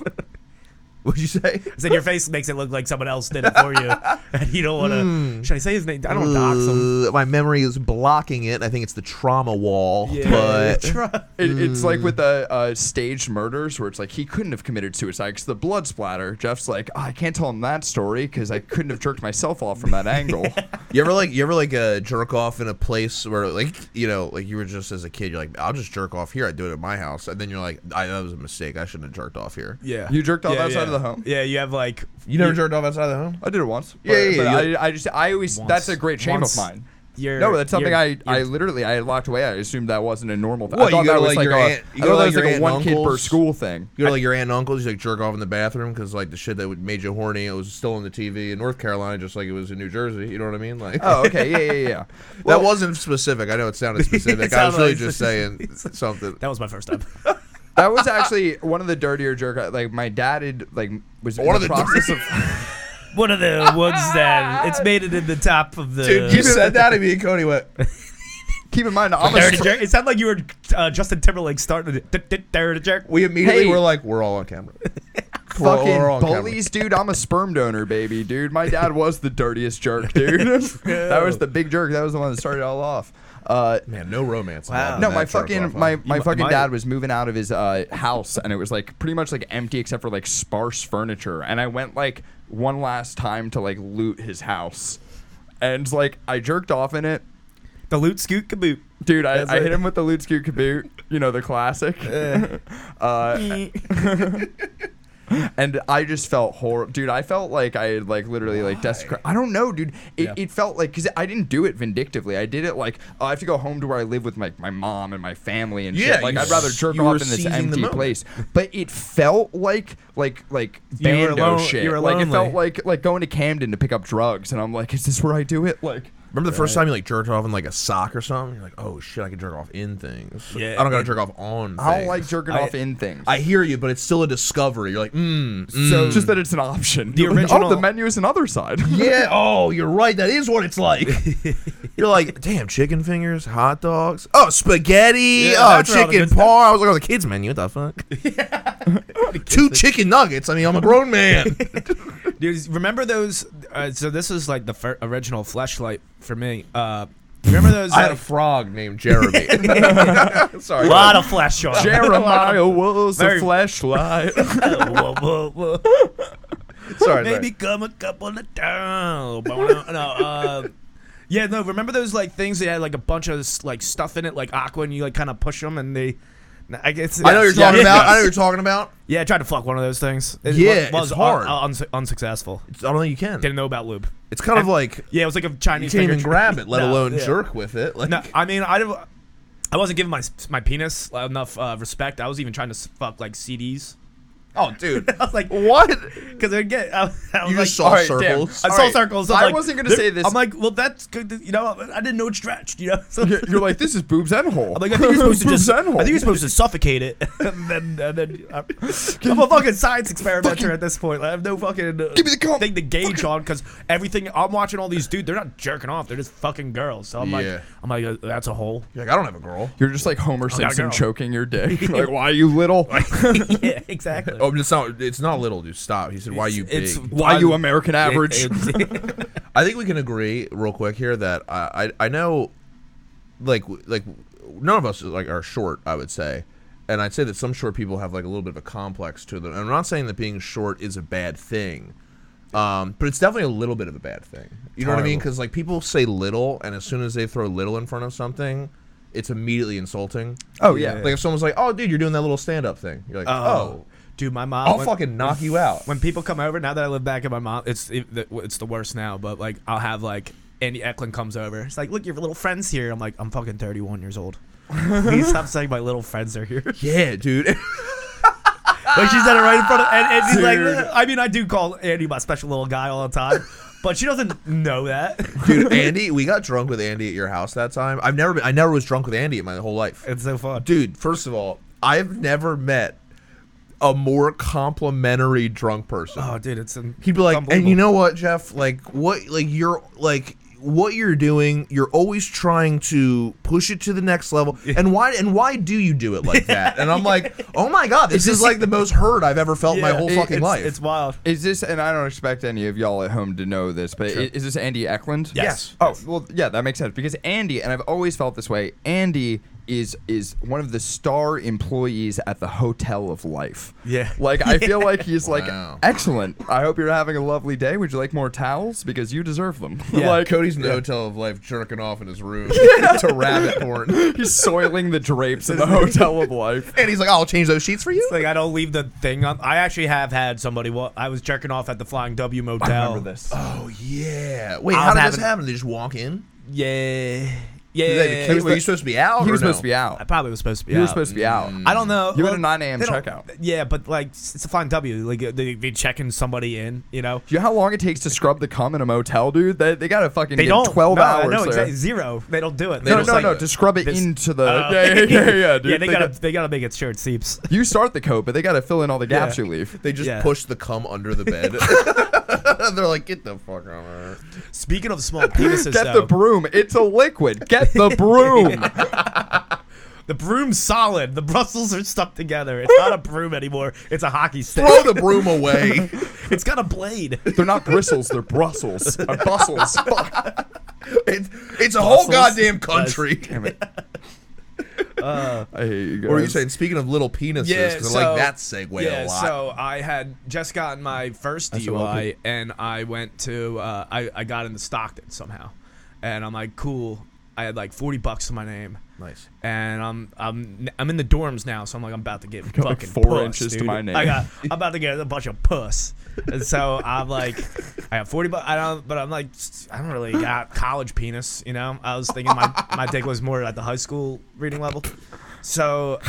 B: what'd you say?
C: I said your face makes it look like someone else did it for you,
D: Hmm.
C: and you don't want to. Should I say his name? I don't dox him.
B: Uh, my memory is blocking it. I think it's the trauma wall.
C: Yeah.
B: But
C: Try-
D: It, it's
B: Mm.
D: like with the uh, staged murders where it's like he couldn't have committed suicide because the blood splatter. Jeff's like, "Oh, I can't tell him that story because I couldn't have jerked myself off from that angle.
B: you ever like you ever like uh, jerk off in a place where like you know like you were just as a kid you're like I'll just jerk off here. I do it at my house, and then you're like I, that was a mistake. I shouldn't have jerked off here.
C: yeah.
D: You jerked off
C: Yeah,
D: outside
C: yeah.
D: of the home?
C: Yeah, you have like.
B: You never jerked off outside the home.
D: I did it once.
B: Yeah,
D: but-
B: yeah,
D: but
B: you-
D: I, I just, I always, that's
C: Once.
D: a great shame
C: Once.
D: of mine.
C: Your,
D: No, that's something
C: your-
D: I, I
C: your-
D: literally, I locked away. I assumed that wasn't a normal thing.
B: What,
D: I thought
B: you go
D: that
B: to, like,
D: was like,
B: your
D: a,
B: aunt- you go to,
D: I thought that
B: like,
D: was
B: your
D: like
B: aunt
D: a
B: and
D: one kid per
B: uncles?
D: school thing.
B: You go to like your aunt and uncles. You like jerk off in the bathroom because like the shit that would made you horny. It was still on the TV in North Carolina, just like it was in New Jersey. You know what I mean? Like
D: Oh, okay, yeah, yeah, yeah.
B: that wasn't specific. I know it sounded specific. I was
C: sounded
B: really
C: like
B: just saying something.
C: That was my first time.
D: That was actually one of the dirtier jerk. Like my dad had like was in
B: One of the
D: the, process of.
C: One of the ones that it's made it in the top of the.
B: Dude, you said that to me, and Cody went.
D: Keep in mind, I'm a
C: Dirty jerk. It sounded like you were uh, Justin Timberlake starting to d- d- dirty jerk.
B: We immediately
D: Hey.
B: were like, we're all on camera. We're all-
D: fucking
B: we're all on camera.
D: bullies, dude. I'm a sperm donor, baby, dude. My dad was the dirtiest jerk, dude. that was the big jerk. That was the one that started it all off. Uh,
B: Man, no romance.
C: Wow.
B: involved
D: no,
B: in
D: my
B: that jerk off,
D: fucking
B: huh?
D: my, my
C: mi-
D: fucking
C: might-
D: dad was moving out of his uh, house, and it was like pretty much like empty except for like sparse furniture. And I went like one last time to like loot his house, and like I jerked off in it.
C: The loot scoot kaboot.
D: Dude, I,
C: That's
D: I
C: right.
D: hit him with the Loot Scoot Kaboot, you know, the classic. uh, and I just felt horrible. Dude, I felt like I had, like, literally, like, desecrated. I don't know, dude. It,
C: Yeah.
D: it felt like, because I didn't do it vindictively. I did it like, oh, I have to go home to where I live with my, my mom and my family and
B: Yeah,
D: shit. Like,
B: you
D: I'd rather
B: s-
D: jerk
B: you were
D: off in this
B: seizing the
D: empty
B: moment.
D: place. But it felt like, like, like,
C: You were
D: bando
C: lone-
D: shit.
C: you were
D: like, it
C: lonely.
D: felt like, like going to Camden to pick up drugs. And I'm like, is this where I do it? Like,
B: Remember the first time you like jerked off in like a sock or something? You're like, oh shit, I can jerk off in things.
C: Yeah.
B: I don't gotta jerk off on.
D: I don't
B: things.
D: like jerking
C: I-
D: off in things.
B: I hear you, but it's still a discovery. You're like, mm,
D: So just that it's an option.
C: The
D: Like,
C: original-
D: oh, the menu is another side.
B: Yeah. Oh, you're right. That is what it's like. you're like, damn, chicken fingers, hot dogs. Oh, spaghetti.
C: Yeah,
B: oh,
C: that's where all the
B: chicken
C: good
B: par. I was like on the kids menu. What the fuck? Two chicken nuggets. I mean, I'm a grown man.
C: Dude, remember those? Uh, so this is like the fir- original flashlight for me. Uh, remember those?
B: I had
C: like-
B: a frog named Jeremy. Sorry.
C: lot of flesh on. it.
D: Jeremiah was
C: Very-
D: a flashlight.
C: Whoa, whoa, whoa.
B: Sorry.
C: Maybe
B: sorry.
C: come a couple of times. No, uh, yeah, no. Remember those like things that had like a bunch of like stuff in it, like aqua, and you like kind of push them, and they. I guess
B: I know what you're talking
C: yeah,
B: about. I know what you're talking about.
C: Yeah, I tried to fuck one of those things. It
B: Yeah,
C: was, was
B: it's hard.
C: un- un- unsuccessful.
B: I don't think you can.
C: Didn't know about lube.
B: It's kind of like
C: Yeah, it was like a
B: you
C: Chinese.
B: can't even
C: finger-
B: grab it, let
C: No,
B: alone
C: yeah.
B: jerk with it. Like,
C: No, I mean, I, don't- I wasn't giving my my penis enough uh, respect. I was even trying to s- fuck like CDs.
B: oh, dude,
C: I was like,
D: what?
C: because I get, I, I was
B: you
C: like,
B: just saw
D: alright, damn.
B: circles.
C: I saw
D: alright,
C: circles.
D: I
C: I'm like,
D: wasn't gonna
C: they're-
D: say this.
C: I'm like, well, that's good. You know, I didn't know it stretched. You know, so
D: You're like, this is boobs and hole.
C: I'm like, I think you're supposed to
D: boobs
C: just, I
D: and hole.
C: think you're supposed to suffocate it. and then, and then I'm, I'm a fucking science experimenter at this point. Like, I have no fucking uh,
D: Give me the cum.
C: thing to gauge on because everything I'm watching all these dudes, they're not jerking off. They're just fucking girls. So I'm
B: Yeah.
C: like, I'm like, uh, that's a hole.
B: You're like, I don't have a girl.
D: You're just like Homer
C: gotta
D: Simpson
C: go.
D: choking your dick. like, why are you little?
C: yeah, exactly.
B: Oh, it's not. It's not little, dude. Stop. He said, "Why you big?"
C: It's-
D: why
C: I'm-
D: you American average?
B: I think we can agree real quick here that I I, I know, like like none of us like are short. I would say, and I'd say that some short people have like a little bit of a complex to them. And I'm not saying that being short is a bad thing. Um, but it's definitely a little bit of a bad thing. You know what I mean?
D: Horrible.
B: Because like people say little, and as soon as they throw little in front of something, it's immediately insulting.
D: Oh, yeah. Uh,
B: Like if someone's like, "Oh, dude, you're doing that little stand-up thing," you're like, "Oh,
C: dude, my mom.
B: I'll
C: when-
B: fucking knock you out."
C: When people come over, now that I live back at my mom, it's it, it's the worst now. But like, I'll have like Andy Eklund comes over. It's like, look, your little friends here. I'm like, I'm fucking 31 years old. Please stop saying my little friends are here.
B: yeah, dude.
C: Like she said it right in front of, and, and she's
B: Dude.
C: like, I mean, I do call Andy my special little guy all the time, but she doesn't know that.
B: dude, Andy, we got drunk with Andy at your house that time. I've never been. I never was drunk with Andy in my whole life.
C: It's so fun.
B: dude first of all i've never met a more complimentary drunk person
C: Oh, dude, it's um,
B: he'd be like and
C: unbelievable.
B: you know what jeff like what like you're like what you're doing you're always trying to push it to the next level and why and why do you do it like that and i'm like oh my god this is like the most hurt i've ever felt in my
C: Yeah,
B: whole
C: it-
B: fucking
C: it's-
B: life
C: It's wild.
D: Is this, and I don't expect any of y'all at home to know this, but i- is this Andy Eklund?
C: Yes. Yes.
D: Oh, well, yeah, that makes sense because Andy, and I've always felt this way. Andy is is one of the star employees at the Hotel of Life.
C: Yeah.
D: Like I feel like he's
B: Wow.
D: like excellent. I hope you're having a lovely day. Would you like more towels because you deserve them?
C: Yeah.
D: like
B: cody's in the hotel of life jerking off in his room to rabbit porn
D: he's soiling the drapes in the Hotel of Life.
B: and he's like i'll change those sheets for you
C: It's like I don't leave the thing on. I actually have had somebody. Well, I was jerking off at the Flying W Motel.
D: this.
B: oh yeah wait
C: I'll
B: how did
C: have
B: this
C: it-
B: happen They just walk in
C: Yeah, yeah.
B: Did they have a key- were you supposed to be out?
D: He
B: or
D: was
B: no?
D: supposed to be
C: I
D: out.
C: probably was supposed to be.
D: He
C: out.
D: was supposed to be out.
B: Mm.
C: I don't know.
D: You had
C: Well,
D: a 9 a.m.
C: they don't-
D: checkout.
C: Yeah, but like it's a Flying W. Like they they checking somebody in. You know.
D: Do you know how long it takes to scrub the cum in a motel, dude? They, they gotta fucking
C: They
D: get
C: don't.
D: 12
C: no,
D: hours.
C: No,
D: there.
C: exactly zero. They don't do it.
B: They
D: No,
B: don't
D: no,
B: like
D: no.
B: it.
D: To scrub it
C: This-
D: into the
C: Oh.
D: yeah, yeah, yeah, yeah, dude.
C: yeah, they, gotta
D: got-
C: they gotta make it sure it seeps.
D: you start the coat, but they gotta fill in all the gaps
C: Yeah.
D: you leave.
B: They just
C: Yeah.
B: push the cum under the bed. They're like, get the fuck out of here.
C: Speaking of small penises,
D: Get
C: though,
D: the broom. It's a liquid. Get the broom.
C: the broom's solid. The bristles are stuck together. It's not a broom anymore. It's a hockey stick.
B: Throw the broom away.
C: It's got a blade.
D: they're not bristles. They're Brussels. Or bustles. Fuck.
B: It's, it's a whole
C: Brussels
B: goddamn country.
D: Damn it.
C: Uh,
D: I hate you guys.
B: What are you saying? Speaking of little penises,
C: Yeah,
B: 'cause
C: so,
B: I like that segue a
C: yeah,
B: lot.
C: So I had just gotten my first
D: a lot of
C: DUI, and I went to uh, I I got into Stockton somehow, and I'm like, cool. I had like forty bucks to my name,
B: nice.
C: and I'm I'm I'm in the dorms now, so I'm like I'm about to get fucking
D: like, four
C: puss,
D: inches to
C: dude.
D: my name.
C: I got I'm about to get a bunch of puss, and so I'm like I got forty bucks. I don't, but I'm like I don't really got college penis, you know. I was thinking my my dick was more at the high school reading level, so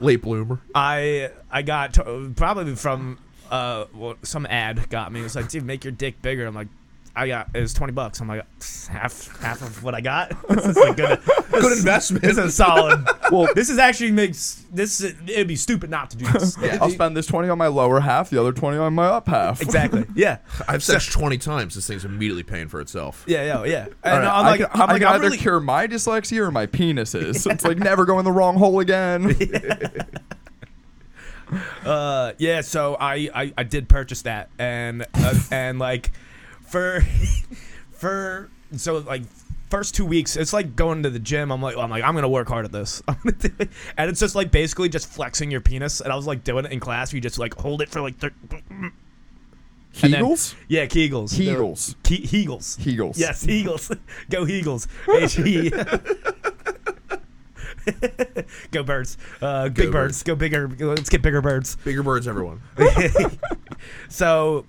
B: Late bloomer.
C: I I got to, probably from uh well, some ad got me. It was like, dude, make your dick bigger. I'm like, I got it was twenty bucks. I'm like, half half of what I got. This is a good.
B: Good investment.
C: This is a solid. Well, this is actually makes this. is- It'd be stupid not to do this.
D: I'll spend this 20 on my lower half, the other 20 on my up half.
C: Exactly. Yeah.
B: I've said 20 times. This thing's immediately paying for itself.
C: Yeah. Yeah. Yeah.
D: All
C: And
D: right,
C: I'm
D: I
C: like,
D: can,
C: I'm
D: I
C: like,
D: can
C: I'm
D: either
C: really-
D: cure my dyslexia or my penises. It's like never going the wrong hole again.
C: Uh, yeah. So I, I I did purchase that, and uh, and like for for so like first two weeks, it's like going to the gym. I'm like I'm like I'm gonna work hard at this. I'm gonna do it. And it's just like basically just flexing your penis. And I was like doing it in class. where You just like hold it for like thir- and then-
D: Kegels?
C: yeah, Kegels.
D: Kegels.
C: Ke- Hegels.
D: Kegels.
C: Yes, Eagles. Go Eagles. H E. Go birds. Uh, big
B: Go
C: birds. Go bigger. Let's get bigger birds.
B: Bigger birds, everyone.
C: so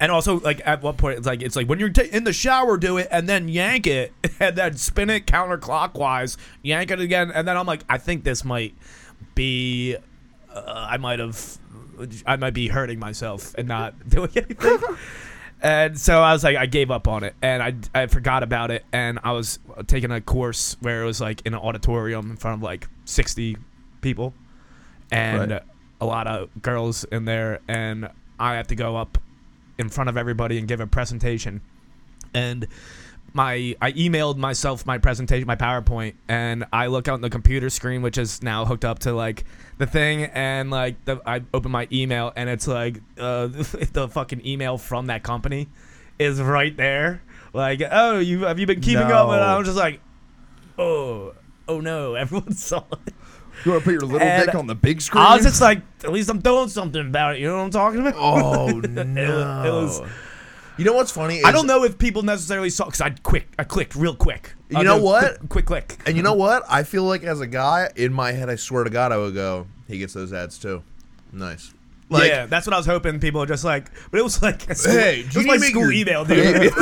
C: and also like at what point it's like it's like when you're ta in the shower do it and then yank it and then spin it counterclockwise yank it again and then i'm like i think this might be uh, i might have i might be hurting myself and not doing anything and so i was like i gave up on it and I, I forgot about it and i was taking a course where it was like in an auditorium in front of like 60 people and
D: Right.
C: a lot of girls in there and i have to go up in front of everybody and give a presentation and my i emailed myself my presentation my powerpoint and i look out on the computer screen which is now hooked up to like the thing and like the, i open my email and it's like uh, the fucking email from that company is right there like oh you have you been keeping up and
D: No.
C: i'm just like oh oh no everyone saw it
D: You want to put your little
C: And
D: dick on the big screen?
C: I was just like, at least I'm doing something about it. You know what I'm talking about?
B: Oh, no.
C: It was- it was-
B: You know what's funny?
C: I
B: is-
C: don't know if people necessarily saw because I quick, I clicked real quick.
B: You
C: Uh,
B: know
C: no,
B: what?
C: Quick, quick click.
B: And you know what? I feel like as a guy in my head, I swear to God, I would go. He gets those ads too. Nice. Like,
C: yeah, that's what I was hoping. People are just like, but it was like, a school,
B: Hey,
C: it
B: do
C: was
B: you
C: my
B: need to make
C: school
B: your-
C: email, dude.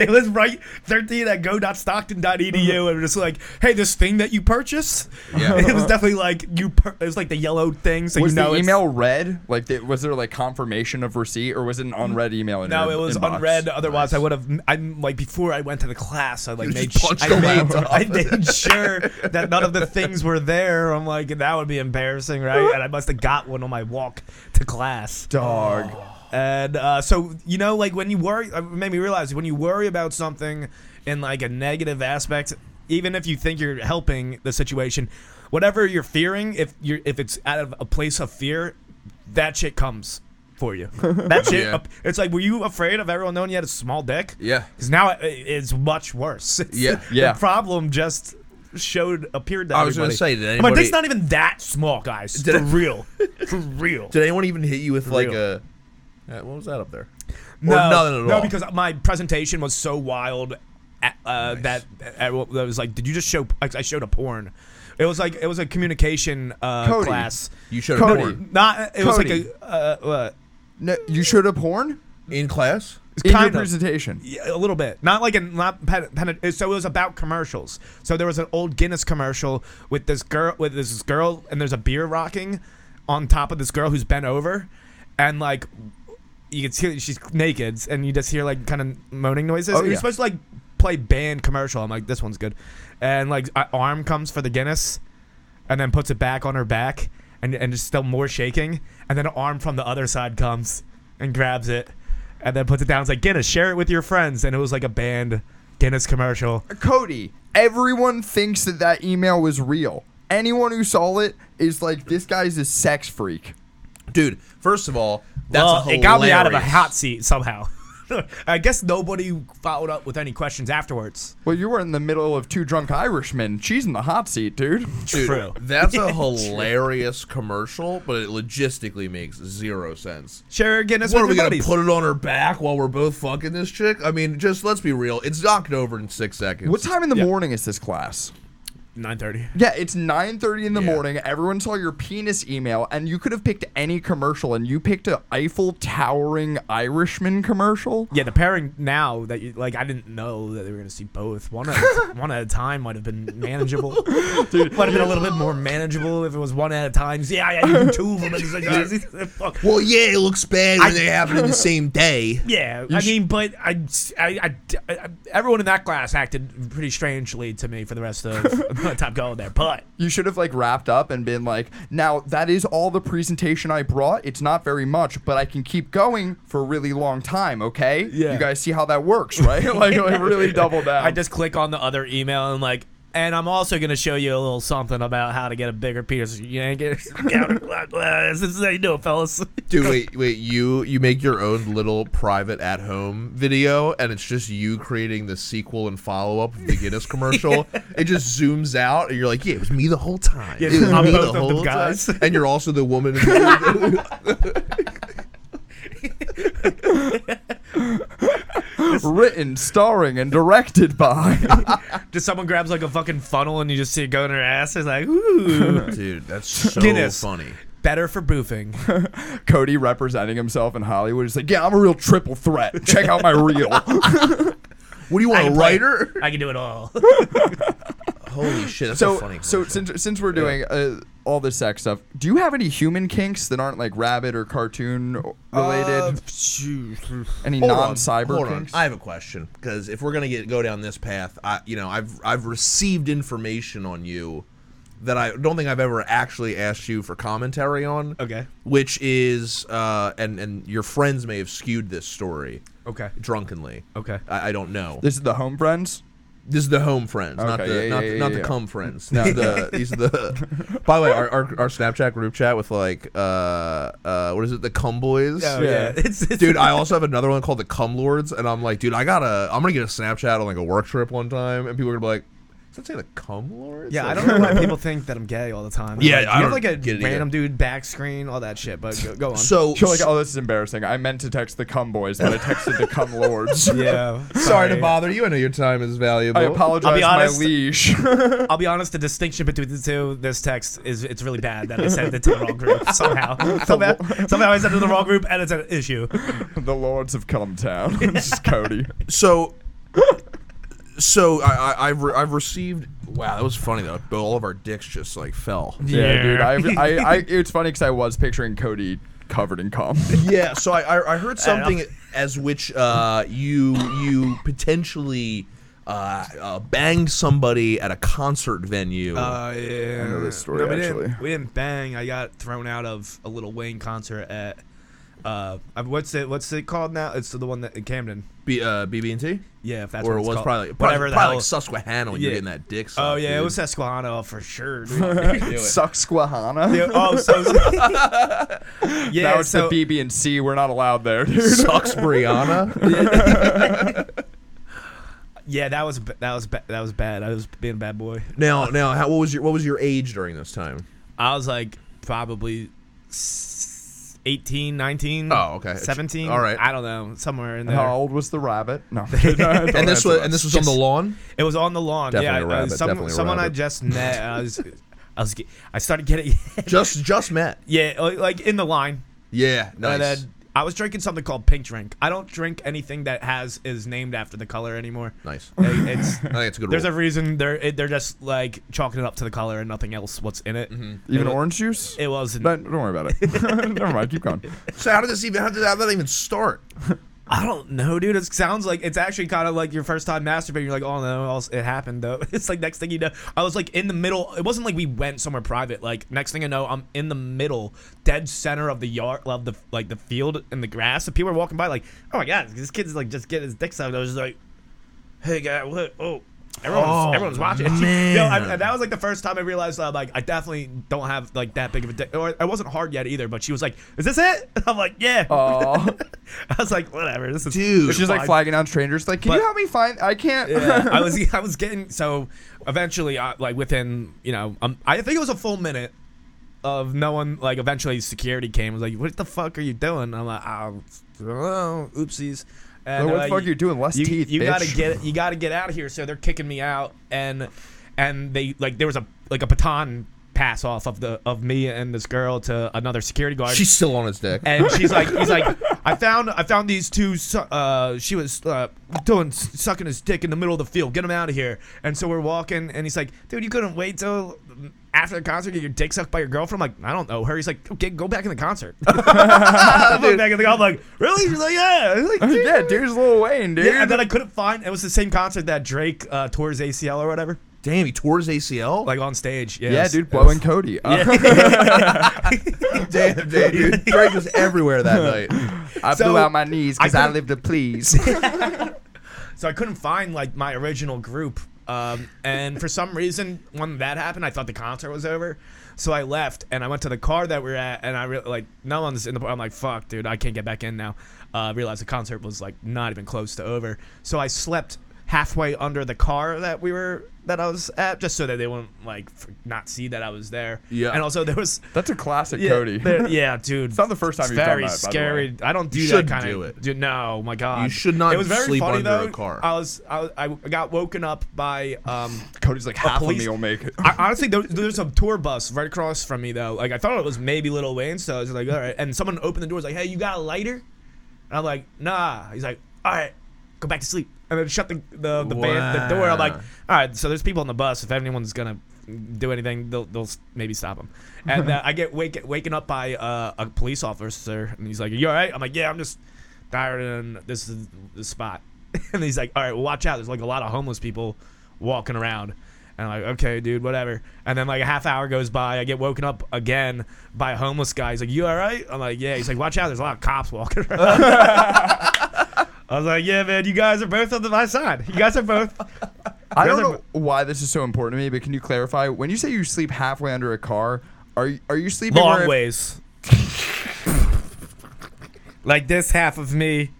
C: it was right 13 at go.stockton.edu, E and just like, hey, this thing that you purchased.
B: Uh-huh. Yeah.
C: it was definitely like you. Pur- it was like the yellow thing, so
D: Was
C: you know
D: the
C: it's-
D: email read? Like, th- was there like confirmation of receipt, or was it an unread email? In
C: No,
D: your
C: it was
D: inbox?
C: unread. Otherwise, I would have. I'm like before I went to the class. I like
B: You
C: made.
B: just
C: sh-
B: punched
C: I
B: the
C: made,
B: laptop.
C: I made sure that none of the things were there. I'm like that would be embarrassing, right? And I must have got one on my walk to class.
D: Dog.
C: And uh, so you know, like when you worry, uh, it made me realize when you worry about something in like a negative aspect, even if you think you're helping the situation, whatever you're fearing, if you're if it's out of a place of fear, that shit comes for you. That shit,
B: Yeah.
C: it's like, were you afraid of everyone knowing you had a small dick?
B: Yeah.
C: Because now it, it's much worse. It's-
B: Yeah.
D: Yeah.
C: The problem just showed appeared to
B: I was
C: everybody.
B: gonna say, did
C: My
B: anybody-
C: dick's not even that small, guys.
B: Did
C: for
B: it-
C: real, for real.
B: Did anyone even hit you with like
C: real.
B: a? uh, What was that up there?
C: No,
B: or nothing at
C: no,
B: all.
C: because my presentation was so wild at, uh, that I was like, "Did you just show?" Like, I showed a porn. It was like it was a communication uh,
D: Cody.
C: class.
B: you showed
D: Cody.
B: a porn
C: Not it was like
D: Cody.
C: a uh, uh,
D: No, you showed up porn
B: in class.
D: in your
C: kind of.
D: presentation.
C: Yeah, a little bit. Not like a not pen, pen, so it was about commercials. So there was an old Guinness commercial with this girl with this girl and there's a beer rocking on top of this girl who's bent over and like you can see she's naked and you just hear like kind of moaning noises.
D: Oh,
C: And You're
D: yeah.
C: supposed to like play band commercial. I'm like this one's good. And like a- arm comes for the Guinness and then puts it back on her back and and just still more shaking and then an arm from the other side comes and grabs it and then puts it down it's like Guinness share it with your friends and it was like a band Guinness commercial
D: Cody, everyone thinks that that email was real. Anyone who saw it is like, this guy's a sex freak.
B: Dude, first of all, that's
C: well,
B: hilarious.
C: Uh, it got me out of a hot seat somehow I guess nobody followed up with any questions afterwards
D: Well, you were in the middle of two drunk Irishmen. She's in the hot seat, dude.
B: Dude,
C: True.
B: That's a hilarious commercial, but it logistically makes zero sense.
C: share Guinness
B: What are
C: with
B: we
C: your
B: gonna
C: buddies
B: put it on her back while we're both fucking this chick? I mean, just let's be real. It's knocked over in six seconds.
D: What time in the
C: Yeah.
D: morning is this class?
C: 9:30
D: Yeah, it's 9:30 in the
B: Yeah.
D: morning. Everyone saw your penis email and you could have picked any commercial and you picked a Eiffel towering Irishman commercial.
C: yeah, the pairing now that you like, I didn't know that they were gonna see both. One at, one at a time might have been manageable. Dude, might have been a little bit more manageable if it was one at a time. Yeah, yeah, you do two of them. It's like, uh, fuck.
B: Well, yeah, it looks bad
C: I-
B: when they happen in the same day.
C: Yeah, I mean, but I, I, I- I- everyone in that class acted pretty strangely to me for the rest of the time going there. But
D: You should have like wrapped up and been like, "Now that is all the presentation I brought. It's not very much, but I can keep going for a really long time, okay?
C: Yeah.
D: You guys see how that works, right? like, like really double down.
C: I just click on the other email and like, and I'm also gonna show you a little something about how to get a bigger penis. You ain't get this is how you do it, fellas.
B: Dude, wait, wait. You you make your own little private at home video, and it's just you creating the sequel and follow up of the Guinness commercial. It just zooms out, and you're like, "Yeah, it was me the whole time.
C: Yeah,
B: it was
C: I'm
B: me
C: both of them guys.
B: time." And you're also the woman. Who,
D: written, starring, and directed by.
C: Just someone grabs like a fucking funnel and you just see it go in her ass. It's like, ooh,
B: dude, that's so
C: Guinness.
B: funny.
C: better for boofing.
D: Cody representing himself in Hollywood is like, yeah, I'm a real triple threat. Check out my reel.
B: What do you want,
C: I
B: a
C: can play-
B: writer?
C: I can do it all.
B: Holy shit, that's a funny. commercial.
D: so, so since, since we're doing uh, all this sex stuff, do you have any human kinks that aren't like rabbit or cartoon related?
C: Uh,
D: any
B: Hold on,
D: non-cyber
B: hold on.
D: kinks?
B: I have a question because if we're gonna get go down this path, I you know I've I've received information on you that I don't think I've ever actually asked you for commentary on.
C: Okay.
B: Which is uh and and your friends may have skewed this story
C: Okay.
B: drunkenly.
C: Okay.
B: I, I don't know.
D: This is the home friends.
B: This is the home friends, not
D: Okay,
B: the
D: yeah,
B: not,
D: yeah,
B: the,
D: yeah,
B: not
D: yeah.
B: the cum friends.
D: No.
B: These the these the. By the way, our, our our Snapchat group chat with like uh uh what is it the cum boys?
C: Oh,
D: Yeah.
C: yeah. It's, it's
B: dude i also have another one called the cum lords and i'm like dude i gotta i'm gonna get a snapchat on like a work trip one time and people are gonna be like Does it say the cum lords?
C: Yeah, I
B: Like-
C: don't know why people think that I'm gay all the time.
B: Yeah, I
C: like,
B: don't
C: you have like a
B: get it either.
C: random dude back screen, all that shit. But go, go on.
B: So,
D: You're like, oh, this is embarrassing. I meant to text the cum boys, but I texted the cum lords.
C: yeah,
B: sorry to bother you. I know your time is valuable.
D: I apologize, my
C: honest.
D: liege.
C: I'll be honest. The distinction between the two, this text is it's really bad that I sent it to the wrong group somehow. somehow, somehow I sent it to the wrong group, and it's an issue.
D: the lords of cum town. this is Cody.
B: So, so I, I I've, re- I've received. Wow, that was funny though. All of our dicks just like fell.
D: Yeah, dude.
C: Yeah.
D: I, I, I, it's funny because I was picturing Cody covered in cum.
B: yeah so I, I, I heard
C: don't-
B: something as which uh, you you potentially uh, uh, banged somebody at a concert venue
C: Uh, yeah. I
D: know this story,
C: we Didn't,
D: actually.
C: we didn't bang. I got thrown out of a Little Wayne concert at. Uh, I- what's it? What's it called now? It's the one that in Camden.
B: B, uh, bb&t
C: Yeah, if that's
B: or
C: what
B: it
C: it's
B: was
C: called.
B: probably, probably
C: whatever the
B: probably
C: hell.
B: like susquehanna when you're
C: Yeah.
B: getting that dick
C: Oh
B: sucked,
C: yeah, it
B: dude.
C: was Susquehanna for sure. dude.
B: Do it.
D: Susquehanna.
C: Yeah, oh, so yeah,
D: now it's
C: so
D: the BB and C. We're not allowed there, dude.
B: sucks brianna
C: yeah, that was ba- that was ba- that was bad. I was being a bad boy.
B: now now how, what was your what was your age during this time
C: I was like probably s- 18, 19.
B: Oh, okay.
C: seventeen.
B: All right. Oh,
C: I don't know, somewhere in there.
D: How old was the rabbit? No.
B: and this was and this was on the lawn
C: It was on the lawn.
B: Definitely
C: yeah,
B: a
C: I- I-
B: rabbit,
C: some-
B: definitely a
C: someone I
B: rabbit.
C: just met. I was, I was, ge- I started getting,
B: just just met
C: yeah, like- like in the line.
B: yeah nice
C: And then I was drinking something called pink drink. I don't drink anything that has is named after the color anymore.
B: nice i
C: It- it's
B: think it's a good
C: There's a
B: rule.
C: reason they're it, they're just like chalking it up to the color and nothing else. What's in it?
B: Mm-hmm.
D: Even
C: It wa-
D: orange juice?
C: It wasn't.
D: No, don't worry about it. Never mind. Keep going.
B: so how did this even how did that, how did that even start
C: I don't know, dude. It sounds like it's actually kind of like your first time masturbating. You're like, oh no, else it happened though. It's like next thing you know, I was like in the middle. It wasn't like we went somewhere private. Like next thing I know, I'm in the middle, dead center of the yard, of the like the field and the grass. And people are walking by, like, oh my god, this kid's like just getting his dick sucked. I was just like, hey guy, what? Oh. Everyone's,
B: Oh,
C: everyone's watching. And she-
B: man.
C: Yo, I- and that was like the first time I realized uh, like I definitely don't have like that big of a dick. Or I wasn't hard yet either. But she was like, "Is this it?" I'm like, "Yeah."
B: Oh,
D: Aw.
C: I was like, whatever. This is
B: Dude.
D: She's like
C: fine.
D: flagging down strangers. Like, can you
C: But-
D: help me find? I can't.
C: Yeah, I was I was getting so eventually I, like within you know um, I think it was a full minute of no one like eventually security came was like what the fuck are you doing I'm like oh, oh oopsies and
D: What
C: they're
D: the fuck you doing? Less
C: you,
D: teeth,
C: you gotta
D: bitch."
C: get you gotta get out of here so they're kicking me out and and they like there was a like a baton pass off of the of me and this girl to another security guard
B: she's still on his dick
C: and she's like, he's like, I found, I found these two. Su- uh, she was uh, doing sucking his dick in the middle of the field. Get him out of here. And so we're walking, and he's like, dude, you couldn't wait till after the concert to get your dick sucked by your girlfriend. I'm like, I don't know her. He's like, okay, go back in the concert. I'm like, back in the. I'm like, really? She's like, yeah. I was like, dude.
D: yeah, dude's Lil Wayne, dude.
C: Yeah, and then I couldn't find. It was the same concert that Drake uh, tore his ACL or whatever,
B: damn he tore his acl
C: like on stage. Yeah, it
D: yeah,
C: was-
D: dude, blowing Cody. Uh,
B: Damn, damn, dude. Drake was everywhere that night.
D: I
C: So,
D: blew out my knees because
C: I
D: I,
C: couldn't-
D: live to please.
C: so I couldn't find like my original group. Um, and for some reason, when that happened, I thought the concert was over, so I left and I went to the car that we were at, and I re- like no one's in the. I'm like, fuck, dude, I can't get back in now. Uh, I realized the concert was like not even close to over, so I slept halfway under the car that we were that I was at, just so that they wouldn't like f- not see that I was there.
B: Yeah.
C: and also there was.
D: That's a classic
C: Yeah,
D: Cody.
C: there- yeah, dude. It's
D: not the first time
C: it's
D: you've done
C: very
D: that, by the way.
C: scary. I don't do
B: You
C: that
B: shouldn't
C: kind
B: do
C: of.
B: it.
C: Dude, no, my God.
B: You should not
C: It was very
B: sleep
C: funny
B: under a
C: though.
B: car.
C: I was, I was, I got woken up by. Um,
D: Cody's like half
C: police-
D: of me will make it.
C: I, honestly, there, there's a tour bus right across from me though. Like I thought it was maybe Little Wayne, so I was like, all right. And someone opened the door, was like, hey, you got a lighter? And I'm like, nah. He's like, all right, go back to sleep. And then shut the the, the, band, the door. I'm like, all
B: Wow.
C: right. So there's people on the bus. If anyone's gonna do anything, they'll, they'll s- maybe stop them. And uh, I get wake, waken up by uh, a police officer, and he's like, you all right? I'm like, yeah, I'm just tired, and this is the spot. and he's like, all right, well, watch out. There's like a lot of homeless people walking around. And I'm like, okay, dude, whatever. And then like a half hour goes by, I get woken up again by a homeless guy. He's like, you all right? I'm like, yeah. He's like, watch out, there's a lot of cops walking around. I was like, yeah, man, you guys are both on the, my side. You guys are both.
D: I don't
C: Guys are-
D: know why this is so important to me, but can you clarify? When you say you sleep halfway under a car, are you, are you sleeping where
C: long
D: if-
C: ways. like this half of me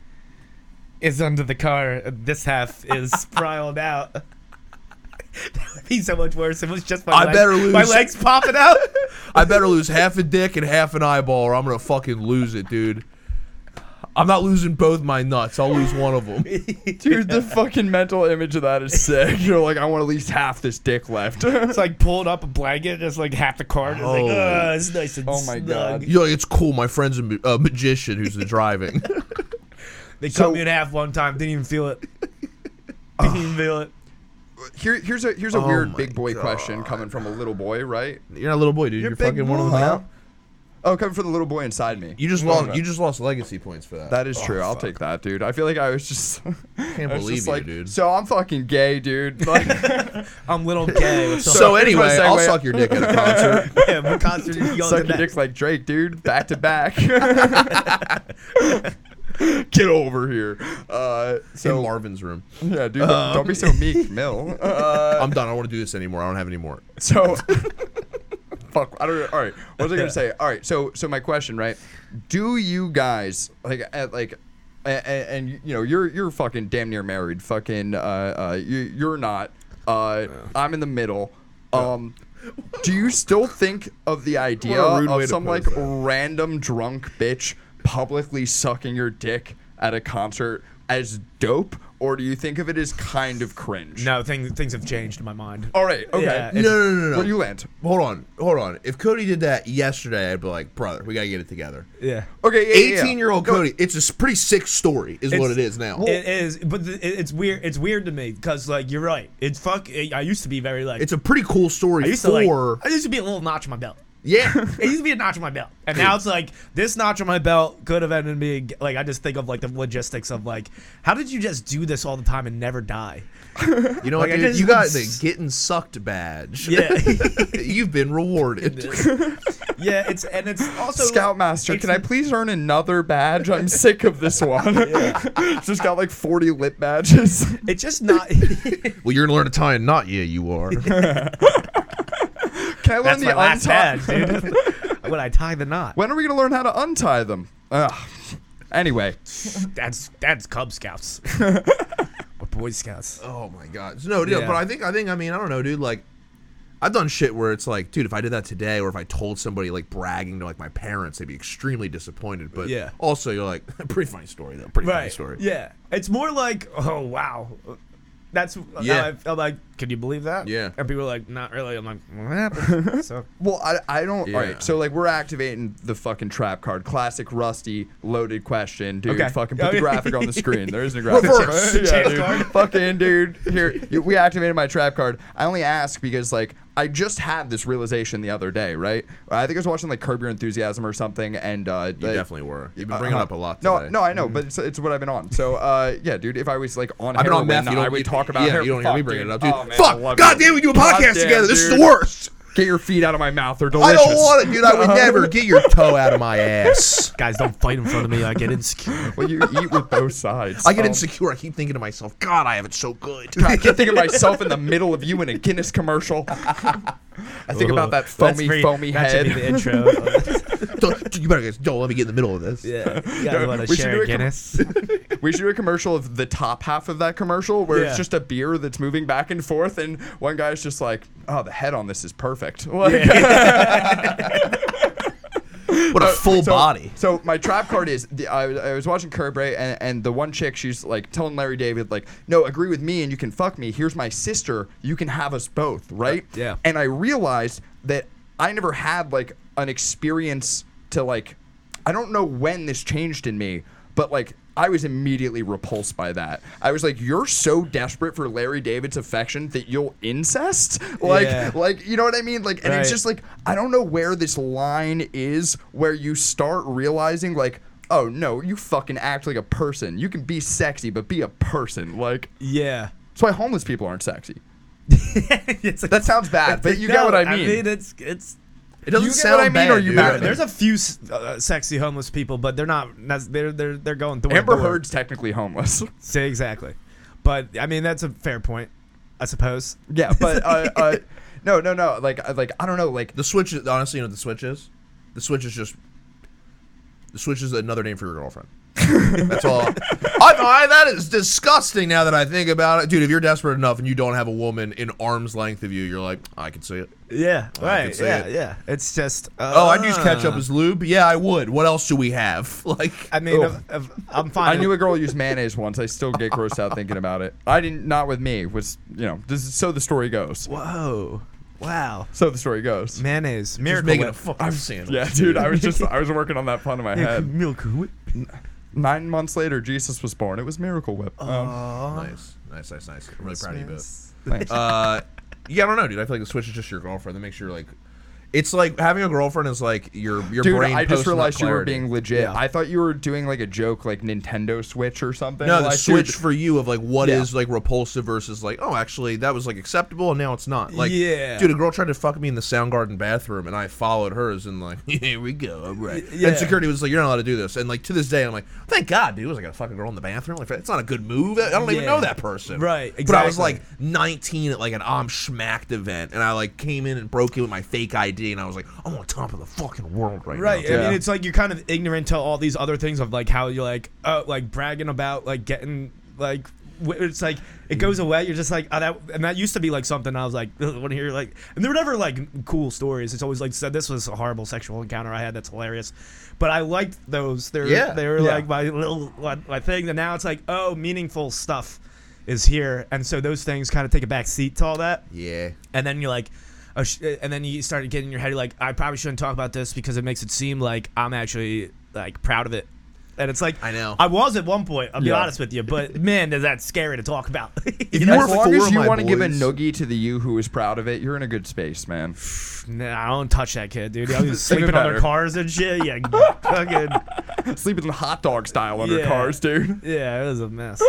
C: is under the car. This half is spiraled out. That would be so much worse. It was just my
B: I
C: legs.
B: better lose.
C: My legs popping out.
B: I better lose half a dick and half an eyeball, or I'm gonna fucking lose it, dude. I'm not losing both my nuts. I'll lose one of them.
D: Dude, the fucking mental image of that is sick. You're like, I want at least half this dick left.
C: It's like pulled up a blanket, just like half the card. It's like,
B: Oh.
C: oh, it's nice and
D: Oh my
C: snug."
D: God.
B: You're like, it's cool. My friend's a ma- a magician who's the driving.
C: They
D: So-
C: cut me in half one time. Didn't even feel it. Didn't even feel it.
D: Here, here's a here's a
B: Oh
D: weird
B: my
D: big boy
B: God.
D: question coming from a little boy, right?
B: You're not a little boy, dude. You're,
D: big
B: fucking one of
D: boy.
B: them now.
D: Oh, coming from the little boy inside me.
B: You just lost. You just lost legacy points for that.
D: that is true. I'll take that, dude. I feel like I was just.
B: I can't
D: I was
B: believe
D: just
B: you,
D: like,
B: dude.
D: So I'm fucking gay, dude. Like,
C: I'm little gay. What's
B: So,
C: up?
D: here's my
B: anyway, I'll
D: segue.
B: suck your dick at a concert.
C: yeah, my concert is young
D: suck your
C: today.
D: dicks like Drake, dude. Back to back. Get over here. Uh,
B: in
D: so
B: Marvin's room.
D: yeah, dude. don't be
B: Um,
D: so meek, Mill. Uh,
B: I'm done. I don't want to do this anymore. I don't have any more.
D: So, fuck. I don't. All right. What was I gonna say? All right. So, so my question, right? Do you guys like at like? And, and you know you're you're fucking damn near married. Fucking uh, uh you, you're not. Uh, I'm in the middle. Um, do you still think of the idea
B: What a rude way
D: of
B: to
D: some
B: pose
D: like
B: that.
D: random drunk bitch publicly sucking your dick at a concert as dope, or do you think of it as kind of cringe?
C: No, things things have changed in my mind.
D: All right. Okay.
C: Yeah,
B: No,
C: It's-
B: no, no, no.
D: Where do you land?
B: Hold on, hold on. If Cody did that yesterday, I'd be like, brother, we gotta get it together.
C: Yeah.
D: oh, Okay. yeah, yeah, yeah.
B: Eighteen-year-old Cody. It's a s- pretty sick story, is what
C: It's-
B: it is
D: oh.
B: now.
C: It is, but th- it- it's weird. It's weird to me because like you're right. It's fuck. I used to be very like.
B: it's a pretty cool story
C: I used to
B: for
C: like. I used to be a little notch in my belt.
B: yeah.
C: It used to be a notch in my belt, and now it's like this notch on my belt could have ended me. Like I just think of like the logistics of like, how did you just do this all the time and never die?
B: You know what,
C: Like, I
B: dude?
C: just
B: You got
C: would
B: the
C: s-
B: getting sucked badge.
C: Yeah,
B: You've been rewarded.
C: yeah. It's and it's also
D: Scoutmaster,
C: it's-
D: can I please earn another badge? I'm sick of this one. Just got like 40 lip badges.
C: It's just not.
B: well, you're gonna learn Italian, not yeah, you are.
D: Can I learn
C: that's
D: the
C: my last
D: untie?
C: badge, dude. when I tie the knot,
D: When are we gonna learn how to untie them? Ugh. Anyway,
C: that's that's Cub Scouts. or Boy Scouts.
B: oh my god. No, dude,
C: Yeah.
B: but I think I think I mean I don't know, dude. Like, I've done shit where it's like, dude, if I did that today, or if I told somebody like bragging to like my parents, they'd be extremely disappointed. But
C: Yeah.
B: also you're like, pretty funny story though. Pretty funny
C: Right.
B: story.
C: Yeah. It's more like, oh wow, that's
B: Yeah.
C: yeah. I, am like, can you believe that?
B: Yeah.
C: And people are like, not really. I'm like, what happened? so
D: well, I, I don't. All
B: Yeah.
D: right, so like we're activating the fucking trap card. Classic Rusty loaded question, dude.
C: Okay.
D: Fucking put
C: Okay.
D: the graphic on the screen. There isn't a graphic.
B: Reverse.
D: yeah,
C: Chance
D: dude.
C: card.
D: Fucking dude. Here, you- we activated my trap card. I only ask because like I just had this realization the other day, right? I think I was watching like Curb Your Enthusiasm or something, and uh, uh-huh.
B: You definitely were. You've been bringing it up a lot.
D: No,
B: today.
D: no, I know, but it's, it's what I've been on. So, uh, yeah, dude, if I was like on,
B: I've been on meth.
D: heroin,
B: You
D: I
B: don't-
D: would
B: you-
D: talk about.
B: yeah,
D: her-
B: you don't hear
D: fuck,
B: me bringing it
D: dude.
B: up, dude.
D: Oh, man, I
B: Fuck,
D: love
B: God
D: you.
B: damn, we do a
D: God
B: podcast
D: damn,
B: together. This is the
D: dude.
B: worst.
D: Get your feet out of my mouth. They're
B: I
D: delicious.
B: don't want it, dude. I would never get your toe out of my ass.
C: guys, don't fight in front of me. I get insecure.
D: Well, you eat with both sides.
B: I get
D: Um,
B: insecure. I keep thinking to myself, God, I have it so good.
D: I keep thinking of myself in the middle of you in a Guinness commercial. I think about that
C: That's
D: foamy,
C: free-
D: foamy
C: that
D: head.
C: Should be the intro.
B: Don't- you better guys, don't let me get in the middle of this.
C: yeah. You
D: No,
C: guys want
D: we
C: to
D: should
C: share
D: do
C: a
D: a com-
C: Guinness?
D: We should do a commercial of the top half of that commercial where
C: Yeah.
D: it's just a beer that's moving back and forth, and one guy's just like, "Oh, the head on this is perfect." Like,
B: What a full
D: Uh, so,
B: body.
D: So my trap card is the, I, was- I was watching Curb right, and, and the one chick she's like telling Larry David like, "No, agree with me, and you can fuck me. Here's my sister. You can have us both, right?"
C: Yeah.
D: And I realized that I never had like an experience to like, I don't know when this changed in me, but like. I was immediately repulsed by that. I was like, "You're so desperate for Larry David's affection that you'll incest, like,
C: Yeah.
D: like you know what I mean? Like, and it's
C: Right.
D: just like I don't know where this line is where you start realizing like oh no you fucking act like a person you can be sexy but be a person like
C: yeah.
D: that's why homeless people aren't sexy
C: It's like-
D: that sounds bad but you
C: no,
D: get what I mean,
C: I mean, it's it's
B: It doesn't
D: you get
B: sound
D: what I mean,
B: bad,
D: or you
B: dude.
D: matter?
B: I mean,
C: There's a few s- uh, sexy homeless people, but they're not. that's- They're they're they're going through.
D: Amber Heard's technically homeless
C: Say exactly, but I mean that's a fair point, I suppose.
D: yeah but uh, uh, no no no like uh, like I don't know like
B: the switch is honestly, you know what the switch is? The switch is just the switch is another name for your girlfriend. That's all. I, I, that is disgusting. Now that I think about it, dude, if you're desperate enough and you don't have a woman in arm's length of you, you're like, I can see it.
C: Yeah,
B: could
C: right.
B: see
C: Yeah,
B: it.
C: yeah. It's just.
B: Oh, I'd use ketchup
C: uh,
B: as lube. Yeah, I would. What else do we have? Like,
C: I mean,
D: Ugh.
C: if- if- I'm fine.
D: I knew a girl used mayonnaise once. I still get grossed out thinking about it. I didn't. Not with me. Was you know? This is so the story goes.
C: Whoa! Wow!
D: So the story goes.
C: Mayonnaise,
B: just
C: miracle
B: making
C: Whip.
B: a fucking sandwich.
D: Yeah, dude. I was just I was working on that pun in my head.
C: milk whip.
D: Nine months later, Jesus was born. It was Miracle Whip. Um,
B: Nice, nice, nice, nice. I'm really proud of you both.
D: thanks.
B: Uh, yeah, I don't know, dude. I feel like the Switch is just your girlfriend. That makes you like, it's like having a girlfriend is like your your
D: Dude,
B: brain.
D: I just
B: post-nut
D: realized you were
B: clarity.
D: being legit.
C: Yeah.
D: I thought you were doing like a joke, like Nintendo Switch or something.
B: No, the
D: Like, dude,
B: switch for you of like what is
D: Yeah.
B: like repulsive versus like oh actually that was like acceptable and now it's not like
C: Yeah.
B: dude a girl tried to fuck me in the Soundgarden bathroom and I followed hers and like here we go all right
C: yeah.
B: and security was like you're not allowed to do this and like to this day I'm like thank God dude was like a fucking girl in the bathroom like that's not a good move I don't even
C: Yeah.
B: know that person
C: Right,
B: but I was like
C: exactly.
B: 19 at like an I'm smacked event and I like came in and broke in with my fake ID and I was like I'm on top of the fucking world right, now
C: Right.
B: dude."
C: I
D: Yeah.
C: mean, it's like you're kind of ignorant to all these other things of like how you're like, oh, like bragging about like getting like. w- It's like it
B: Mm.
C: goes away. You're just like oh, that, and that used to be like something. I was like, want to hear like, and there were never like cool stories. It's always like said this was a horrible sexual encounter I had. That's hilarious, but I liked those. They're
B: Yeah.
C: they were
D: Yeah.
C: like my little my, my thing. And now it's like oh, meaningful stuff is here, and so those things kind of take a back seat to all that
B: yeah
C: and then you're like oh, sh- and then you start getting in your head you're like i probably shouldn't talk about this because it makes it seem like i'm actually like proud of it and it's like
B: I know.
C: i was at one point i'll be
D: Yeah.
C: honest with you but man is that scary to talk about
B: If you
D: As
B: were
D: long
B: four
D: as
B: of
D: you
B: my
D: want to give a
B: boys-
D: noogie to the you who is proud of it, you're in a good space, man.
C: nah, i don't touch that kid dude i was
D: Even
C: sleeping on
D: better.
C: their cars and shit yeah fucking
D: Sleeping hot dog style under
C: Yeah.
D: cars, dude.
C: yeah it was a mess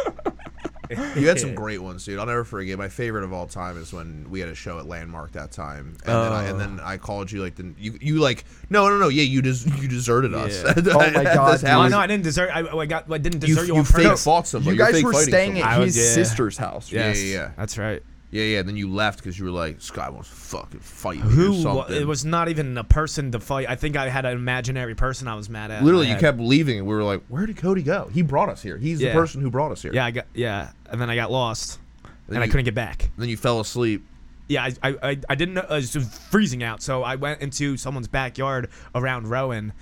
B: You had some great ones, dude. I'll never forget. My favorite of all time is when we had a show at Landmark that time, and, then, I, and then I called you like the you you like no no no yeah you des- you deserted us.
C: Yeah.
D: Oh my God, dude.
C: oh
D: was-
C: no i didn't desert i, I got i didn't
B: you
C: desert you,
B: you
C: on
B: fake
C: purpose
B: fought somebody.
D: you guys
B: fake
D: were
B: fighting
D: staying
B: somebody.
D: at
C: I
D: his
C: was- yeah.
D: sister's house.
B: yeah,
C: Yes,
B: yeah, yeah.
C: that's right
B: yeah yeah. Then you left because you were like Sky wants to fucking fight me or
C: who wa-
B: something.
C: it was not even a person to fight i think i had an imaginary person i was mad at
B: literally you
C: kept.
B: kept leaving, and we were like, where did Cody go? He brought us here. He's
C: Yeah.
B: the person who brought us here.
C: Yeah, I got yeah, and then I got lost, and I
B: you-
C: couldn't get back.
B: Then you fell asleep.
C: Yeah, I I, I, I didn't. Know, it was just freezing out, so I went into someone's backyard around Rowan,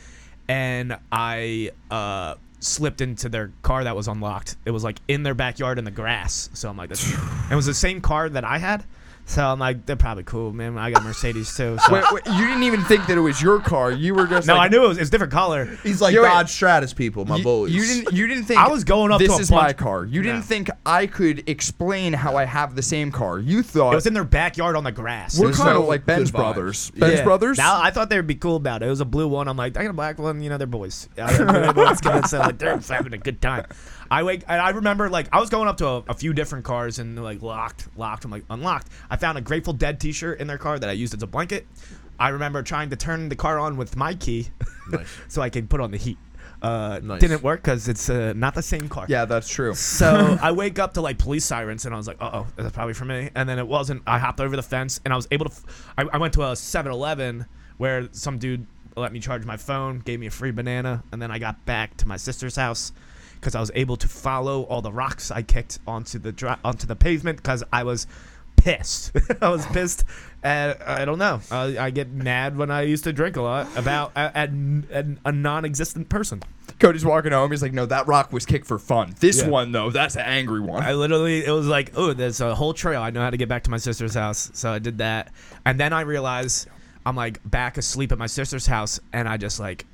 C: and I uh slipped into their car that was unlocked. It was like in their backyard in the grass. So I'm like, that's, and it was the same car that I had. So I'm like, they're probably cool, man. I got Mercedes too. So.
D: Wait, wait, you didn't even think that it was your car. You were just
C: no, I
D: like,
C: knew it was, it was different color.
B: He's like
D: Yo, wait.
B: Dodge Stratus people, my
D: you,
B: boys.
D: You didn't. You didn't think
C: I was going up to
D: This
C: a
D: is
C: bunch-
D: my car. You
C: No.
D: didn't think I could explain how I have the same car. You thought
C: It was in their backyard on the grass.
D: we're
B: There's
D: kind of
B: no
D: like Ben's
B: good vibes.
D: brothers.
B: Yeah.
D: Ben's brothers.
C: Now I thought they'd be cool about it. It was a blue one. I'm like, I got a black one. You know, they're boys. I don't know, they're boys gonna sound like they're having a good time. I wake. And I remember like I was going up to a, a few different cars and they're like locked, locked. I'm like unlocked. I found a Grateful Dead T-shirt in their car that I used as a blanket. I remember trying to turn the car on with my key,
B: Nice.
C: so I could put on the heat. Uh,
B: Nice.
C: Didn't work because it's uh, not the same car.
D: yeah, that's true.
C: So I wake up to like police sirens, and I was like, "Uh oh, that's probably for me." And then it wasn't. I hopped over the fence, and I was able to. F- I, I went to a 7-Eleven where some dude let me charge my phone, gave me a free banana, and then I got back to my sister's house because I was able to follow all the rocks I kicked onto the dri- onto the pavement because I was pissed. I was pissed. At, I don't know. I, I get mad when I used to drink a lot about at, at, at a non-existent person.
D: Cody's walking home. He's like, "No, that rock was kicked for fun. This
C: Yeah.
D: one though, that's an angry one."
C: I literally, it was like, oh, there's a whole trail. I know how to get back to my sister's house. So I did that. And then I realized I'm like back asleep at my sister's house. And I just like,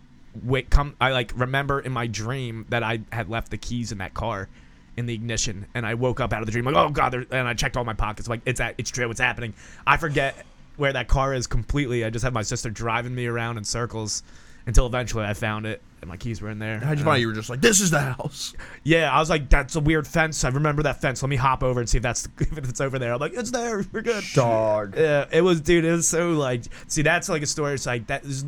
C: wait, come. I like remember in my dream that I had left the keys in that car in the ignition. And I woke up out of the dream, like, oh, God. there- And I checked all my pockets. Like, it's, at, it's true. It's happening. I forget where that car is completely. I just had my sister driving me around in circles until eventually I found it. And my keys were in there.
B: How'd you find? it? You were just like, this is the house.
C: Yeah, I was like, that's a weird fence. I remember that fence. Let me hop over and see if that's if it's over there. I'm like, it's there. We're good.
D: Dog.
C: Yeah, it was, dude. It was so like, see, that's like a story. It's like that is,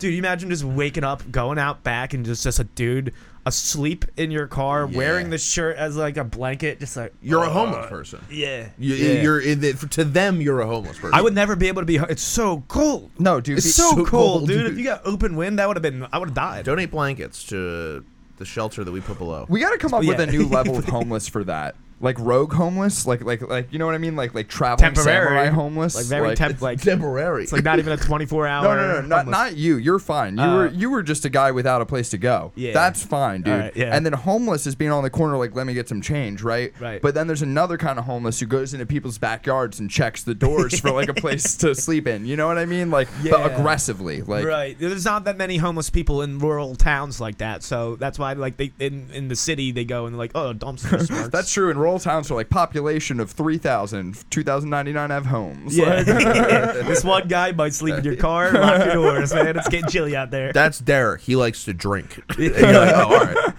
C: dude. You imagine just waking up, going out back, and just just a dude asleep in your car, wearing the shirt as like a blanket, just like
B: You're a
C: uh,
B: homeless person.
C: Yeah,
B: You,
C: yeah.
B: You're to them, you're a homeless person.
C: I would never be able to be. It's so cold.
D: No, dude.
C: It's
D: he-
C: so,
B: so
C: cold,
B: cold,
C: dude.
B: dude.
C: If you got open wind, that would have been. I would have died.
B: donate blankets to the shelter that we put below.
D: We got to come up with
C: Yeah.
D: a new level of homeless for that. Like rogue homeless, like like like you know what I mean? Like like traveling
C: Temporary.
D: samurai homeless,
C: Like very temp- like
B: Temporary.
C: it's like not even a 24 hour.
D: no, no, no, not,
C: homeless.
D: not you. You're fine. You
C: Uh,
D: were you were just a guy without a place to go.
C: Yeah.
D: that's fine, dude.
C: Alright, yeah.
D: And then homeless is being on the corner, like, let me get some change, right?
C: Right.
D: But then there's another kind of homeless who goes into people's backyards and checks the doors for like a place to sleep in. You know what I mean? Like, but
C: Yeah.
D: aggressively, like.
C: right. There's not that many homeless people in rural towns like that, so that's why like they in in the city they go and they're like oh dumpsters. smarts.
D: That's true. In rural towns, are like population of 3,000, 2,099 have homes.
C: yeah.
D: Like-
C: this one guy might sleep in your car, lock your doors, man. It's getting chilly out there.
B: That's Derek. He likes to drink. And you're like, oh, all right.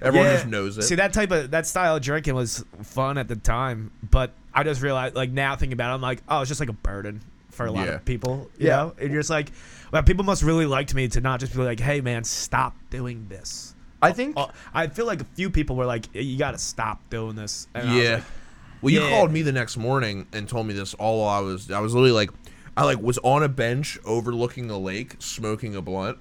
B: Everyone just knows it.
C: See that type of that style of drinking was fun at the time, but I just realized like now thinking about it, I'm like, oh, it's just like a burden for a lot
B: Yeah.
C: of people. You
D: Yeah.
C: know? And you're just like, well, people must really liked me to not just be like, hey man, stop doing this.
D: I think
C: Oh, I feel like a few people were like, you gotta stop doing this. And I was
B: yeah.
C: like,
B: well, you
C: yeah.
B: called me the next morning and told me this. All while I was, I was literally like, I like was on a bench overlooking the lake, smoking a blunt,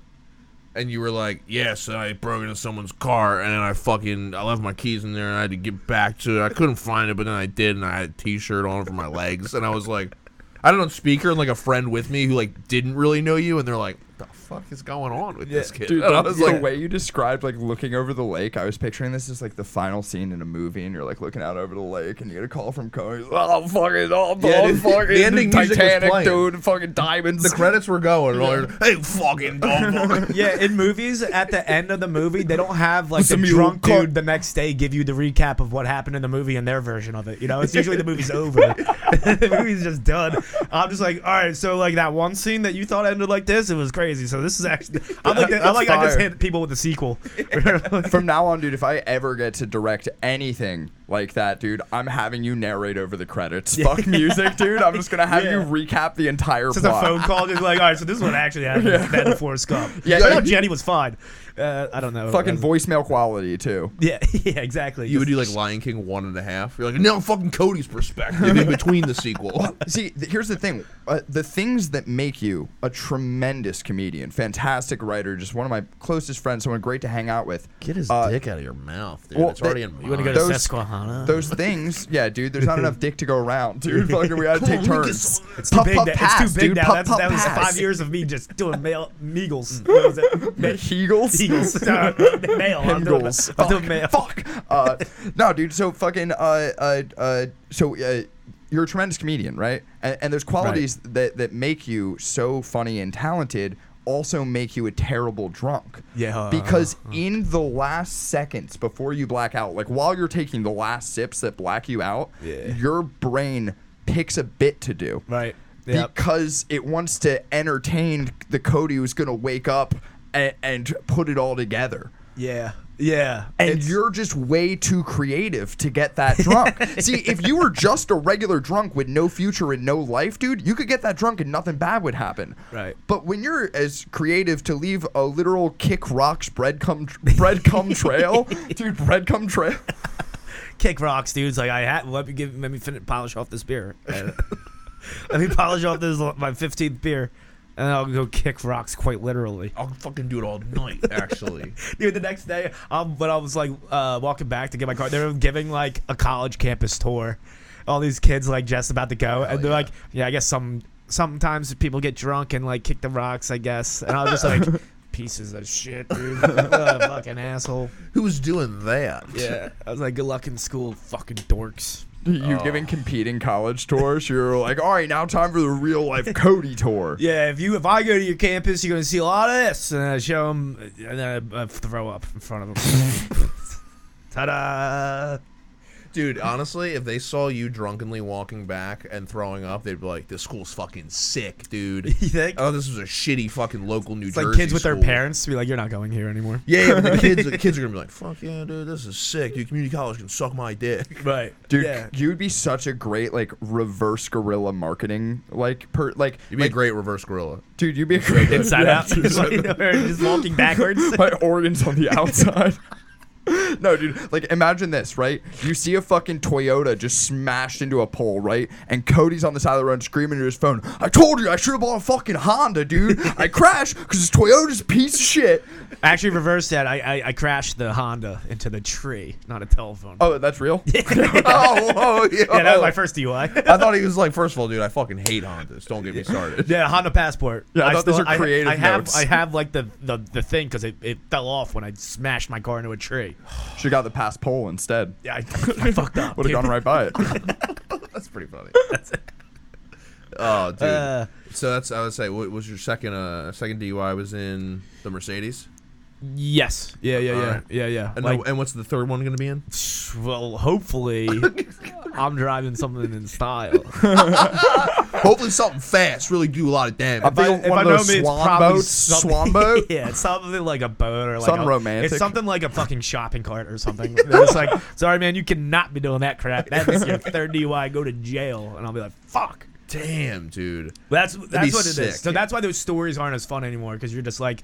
B: and you were like, "Yes, I broke into someone's car, and then I fucking I left my keys in there, and I had to get back to it. I couldn't find it, but then I did, and I had a T-shirt on for my legs, and I was like." I had it on speaker and like a friend with me who like didn't really know you, and they're like, "The fuck is going on with this kid?"
D: Dude,
B: and I
D: the,
B: was
D: the
B: like,
D: way you described like looking over the lake, I was picturing this as like the final scene in a movie, and you're like looking out over the lake, and you get a call from Cody. Oh fucking, oh,
B: Yeah,
D: oh,
B: dude,
D: fucking
B: the ending music was
D: Titanic,
B: playing.
D: dude, fucking diamonds.
B: The credits were going. and all- Hey, fucking dog.
C: yeah, in movies, at the end of the movie, they don't have like
D: Some
C: the
D: mule
C: drunk
D: car-
C: dude the next day give you the recap of what happened in the movie and their version of it. You know, it's usually the movie's over. the movie's just done. I'm just like, all right, so like that one scene that you thought ended like this, it was crazy. So this is actually, I'm like, I like, I just
D: fire.
C: hit people with the sequel.
D: from now on, dude, if I ever get to direct anything like that, dude, I'm having you narrate over the credits. Fuck music, dude. I'm just gonna have you
C: Yeah.
D: recap the entire
C: It's just a
D: plot.
C: phone call, just like, all right, so this is what actually happened. Yeah. Bad before Scum.
D: Yeah,
C: Yeah, I
D: yeah.
C: know Jenny was fine. Uh, I don't know.
D: Fucking
C: Uh,
D: voicemail quality too.
C: Yeah, yeah, exactly.
B: You would do like Lion King one and a half. You're like, no, fucking Cody's perspective in between the sequel.
D: See, th- here's the thing: uh, the things that make you a tremendous comedian, fantastic writer, just one of my closest friends, someone great to hang out with.
B: Get his
D: Uh,
B: dick out of your mouth, dude.
D: well,
B: it's already
D: they-
B: in my
D: you
C: wanna go to
D: Those-
C: Susquehanna?
D: Those things, yeah, dude. There's not enough dick to go around, dude. Fucking, we gotta
B: Come
D: take
B: on, let me get
D: turns.
B: some-
D: It's
C: too big, that- it's too big now. That's, that was five years of me just doing male meagles. What was it? Ma-
D: Eagles.
C: Eagles. Uh, male. I'm doing,
D: Hemgles.
C: I'm doing male.
D: Fuck. Uh, no, dude. So fucking. Uh, uh, uh, so uh, you're a tremendous comedian, right? And, and there's qualities that that make you so funny and talented. Also make you a terrible drunk.
C: Yeah.
D: Because in the last seconds before you black out, like while you're taking the last sips that black you out,
C: Yeah.
D: your brain picks a bit to do
C: Right. Yep.
D: because it wants to entertain the Cody who's going to wake up and, and put it all together.
C: Yeah. Yeah.
D: And
C: It's-
D: you're just way too creative to get that drunk. See, if you were just a regular drunk with no future and no life, dude, you could get that drunk and nothing bad would happen.
C: Right.
D: But when you're as creative to leave a literal kick rocks breadcrumb breadcrumb trail, dude, breadcrumb trail.
C: kick rocks, dudes. Like I had. Let me give. Let me finish, polish off this beer. Uh, let me polish off this my 15th beer, and I'll go kick rocks quite literally.
B: I'll fucking do it all night, actually.
C: Dude, the next day, um, when I was like uh, walking back to get my car, they were giving like a college campus tour. All these kids like just about to go, and they're
B: yeah.
C: like, "Yeah, I guess some sometimes people get drunk and like kick the rocks, I guess." And I was just like, "Pieces of shit, dude, Uh, fucking asshole."
B: Who's doing that?
C: Yeah, I was like, "Good luck in school, fucking dorks."
D: You giving competing college tours, you're like, all right, now time for the real life Cody tour.
C: Yeah, if you if I go to your campus, you're gonna see a lot of this, and I show them, and then I, I throw up in front of them. Ta-da!
B: Dude, honestly, if they saw you drunkenly walking back and throwing up, they'd be like, this school's fucking sick, dude.
C: You think?
B: Oh, this is a shitty fucking local New
C: It's
B: Jersey
C: like kids with their
B: school."
C: parents be like, "You're not going here anymore."
B: Yeah, yeah, but the kids, the kids are gonna be like, "Fuck yeah, dude, this is sick. Dude, community college can suck my dick."
C: Right,
D: Dude,
C: Yeah.
D: you would be such a great like reverse guerrilla marketing like per like
B: You'd be
D: like,
B: a great reverse gorilla.
D: dude. You'd be a great
C: Inside out, just, like, you know, just walking backwards.
D: My organs on the outside. No, dude. Like, imagine this, right? You see a fucking Toyota just smashed into a pole, right? And Cody's on the side of the road screaming to his phone, I told you I should have bought a fucking Honda, dude. I crashed because this Toyota's a piece of shit.
C: Actually, reverse that. I, I I crashed the Honda into the tree, not a telephone.
D: Oh, that's real?
B: oh, oh,
C: yeah, that was my first DUI.
B: I thought he was like, first of all, dude, I fucking hate Hondas. Don't get me started.
C: Yeah, Honda Passport.
D: Yeah, I thought those were
C: I-
D: creative
C: I, have
D: notes.
C: I have like the the, the thing because it, it fell off when I smashed my car into a tree.
D: Should have got the past pole instead.
C: Yeah, I, I fucked up.
D: Would have
C: dude.
D: gone right by it.
B: That's pretty funny. oh, dude.
C: Uh,
B: so that's I would say what was your second uh second DUI was in the Mercedes.
C: Yes. Yeah. Yeah. Yeah.
B: Alright.
C: Yeah. Yeah.
B: And
C: Like,
B: the- and what's the third one going to be in?
C: well, hopefully, I'm driving something in style.
B: Hopefully something fast really do a lot of damage.
D: I think
C: if
D: one
C: I
D: of
C: know
D: those
C: me, it's
D: swan
C: probably
D: boats,
C: something-
D: swan boat?
C: yeah, it's something like a boat or like
D: Something
C: a,
D: romantic.
C: It's something like a fucking shopping cart or something. it's like, sorry, man, you cannot be doing that crap. That's your third DUI. Go to jail, and I'll be like, fuck.
B: Damn, dude.
C: That's
B: be
C: that's what it is.
B: sick.
C: So that's why those stories aren't as fun anymore because you're just like,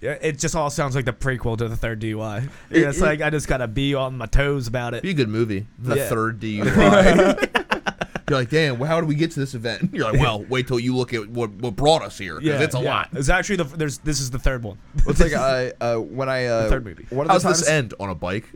C: yeah, it just all sounds like the prequel to the third DUI. Yeah, it's like I just gotta be on my toes about
B: Be
C: it.
B: a good movie. The
C: Yeah.
B: third DUI. You're like, damn. Well, how did we get to this event? You're like, well, wait till you look at what what brought us here. 'cause
C: Yeah,
B: it's a
C: yeah.
B: lot.
C: It's actually the there's this is the third one.
D: Well, it's like I uh, when I uh,
C: third movie.
D: One of
B: How's
D: the times,
B: this end on a bike?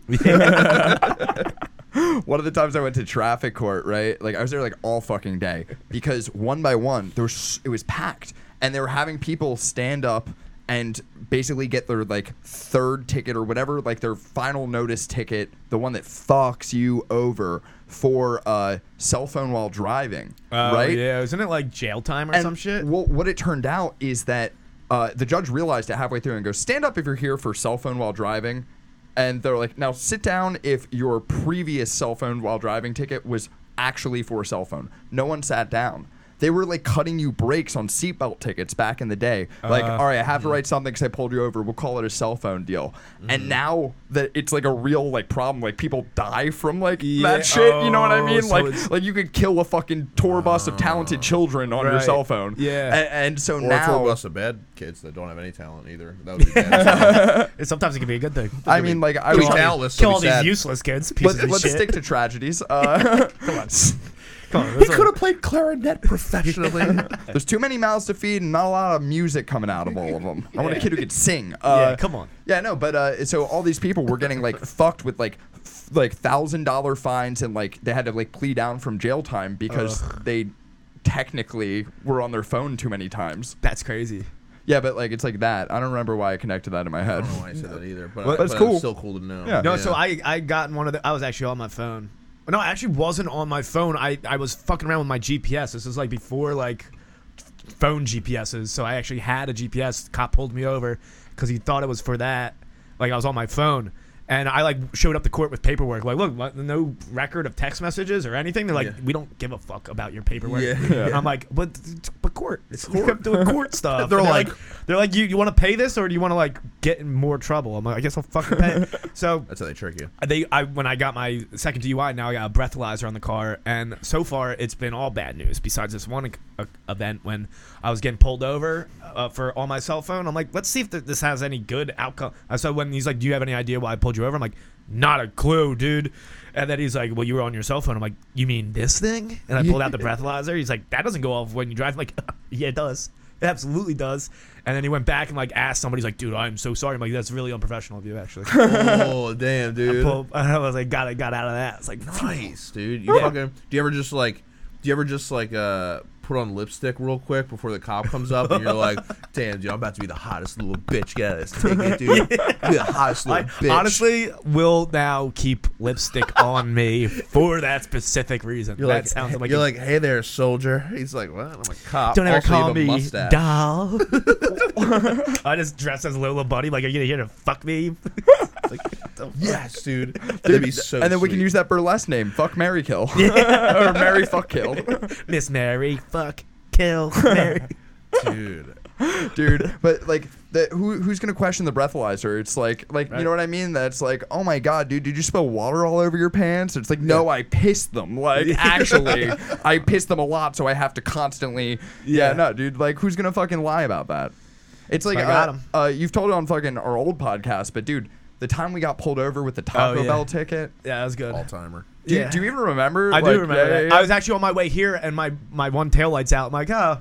D: One of the times I went to traffic court, right? Like I was there like all fucking day because one by one there was it was packed, and they were having people stand up and basically get their like third ticket or whatever, like their final notice ticket, the one that fucks you over for uh, cell phone while driving,
C: Oh,
D: right?
C: Yeah, isn't it like jail time or
D: And
C: some shit?
D: Well, what it turned out is that uh, the judge realized it halfway through and goes, "Stand up if you're here for cell phone while driving." And they're like, "Now sit down if your previous cell phone while driving ticket was actually for a cell phone." No one sat down. They were like cutting you breaks on seatbelt tickets back in the day. Like,
C: Uh.
D: all right, I have to write something because I pulled you over. We'll call it a cell phone deal. And now that it's like a real like problem, like people die from like
C: Yeah.
D: that shit. You know what I
C: Oh,
D: mean?
C: so
D: like,
C: it's-
D: like you could kill a fucking tour bus of talented children on your
C: Oh. Right.
D: cell phone.
C: Yeah.
D: A- And, so
B: Or
D: now,
B: for us the bad kids that don't have any talent either. That would be bad.
C: And sometimes it can be a good thing.
D: I mean, like I
B: Could
D: was.
B: be talentless.
C: Kill
B: so
C: all
B: be sad.
C: these useless kids. Pieces
D: Let's,
C: of
D: let's
C: shit.
D: stick to tragedies. Uh,
C: Come on,
B: He
C: let's-
B: could have played clarinet professionally.
D: there's too many mouths to feed and not a lot of music coming out of all of them. I want a
C: Yeah.
D: kid who could sing.
C: yeah,
D: Uh,
C: come on.
D: Yeah, no, but uh, so all these people were getting like fucked with like f- like thousand dollar fines and like they had to like plea down from jail time because they technically were on their phone too many times.
C: That's crazy.
D: Yeah, but like it's like that. I don't remember why I connected that in my head.
B: I don't know why I said that either, but,
D: Well,
B: I,
D: that's
B: but
D: cool.
B: it's still cool to know.
D: Yeah.
C: No, so I I got in one of the. I was actually on my phone. No, I actually wasn't on my phone. I I was fucking around with my GPS. This is like before like phone GPSs. So I actually had a GPS. Cop pulled me over because he thought it was for that. Like I was on my phone. And I like showed up to court with paperwork. Like, look, what- no record of text messages or anything. They're like,
B: Yeah.
C: we don't give a fuck about your paperwork.
B: Yeah.
C: And I'm like, but but court, it's court. I'm doing court stuff.
B: They're
C: And
B: like-
C: they're like, you you want to pay this or do you want to like get in more trouble? I'm like, I guess I'll fucking pay. it. so
B: that's how they trick you.
C: Uh, they I when I got my second DUI, now I got a breathalyzer on the car, and so far it's been all bad news. Besides this one uh, event when I was getting pulled over uh, for on my cell phone, I'm like, let's see if th- this has any good outcome. Uh, So when he's like, "Do you have any idea why I pulled you over?" I'm like, "Not a clue, dude." And then he's like, "Well, you were on your cell phone." I'm like, "You mean this thing?" And I pulled out the breathalyzer. He's like, "That doesn't go off when you drive." I'm like, "Yeah, it does." It absolutely does. And then he went back and like asked somebody, he's like, dude, I'm so sorry. I'm like, that's really unprofessional of you, actually.
B: oh damn, dude.
C: Pull- I was like, got it, got out of that. It's like,
B: Nice, dude. You fucking. Do you ever just like? Do you ever just like uh put on lipstick real quick before the cop comes up and you're like, damn, dude, I'm about to be the hottest little bitch. Get out of this ticket, dude. Be the hottest little
C: I
B: bitch.
C: honestly will now keep lipstick on me for that specific reason.
B: You're
C: that
B: like,
C: sounds like,
B: you're like, hey there, soldier. He's like, what? I'm a cop.
C: don't ever
B: Also, you have
C: call
B: a
C: me
B: mustache."
C: doll. I just dress as Lola Bunny. Like, are you here to fuck me?
B: Yes, dude. That'd be so.
D: and then we can
B: sweet.
D: use that burlesque name, fuck Mary Kill. or Mary Fuck Kill.
C: Miss Mary, fuck, kill Mary.
B: dude.
D: Dude. But like the, who who's gonna question the breathalyzer? It's like like you know what I mean? That's like, oh my god, dude, did you spill water all over your pants? It's like, no, I pissed them. Like actually I pissed them a lot, so I have to constantly yeah.
C: Yeah.
D: no, dude, like who's gonna fucking lie about that? It's like
C: I got
D: uh,
C: 'em.
D: uh, you've told it on fucking our old podcast, but dude, The time we got pulled over with the Taco
C: yeah.
D: Bell ticket.
C: Yeah, that was good.
B: all timer.
D: Do, you,
C: Yeah.
D: do you even remember?
C: I do
D: Like,
C: remember
D: yeah,
C: that.
D: yeah, yeah.
C: I was actually on my way here, and my my one tail light's out. I'm like, oh.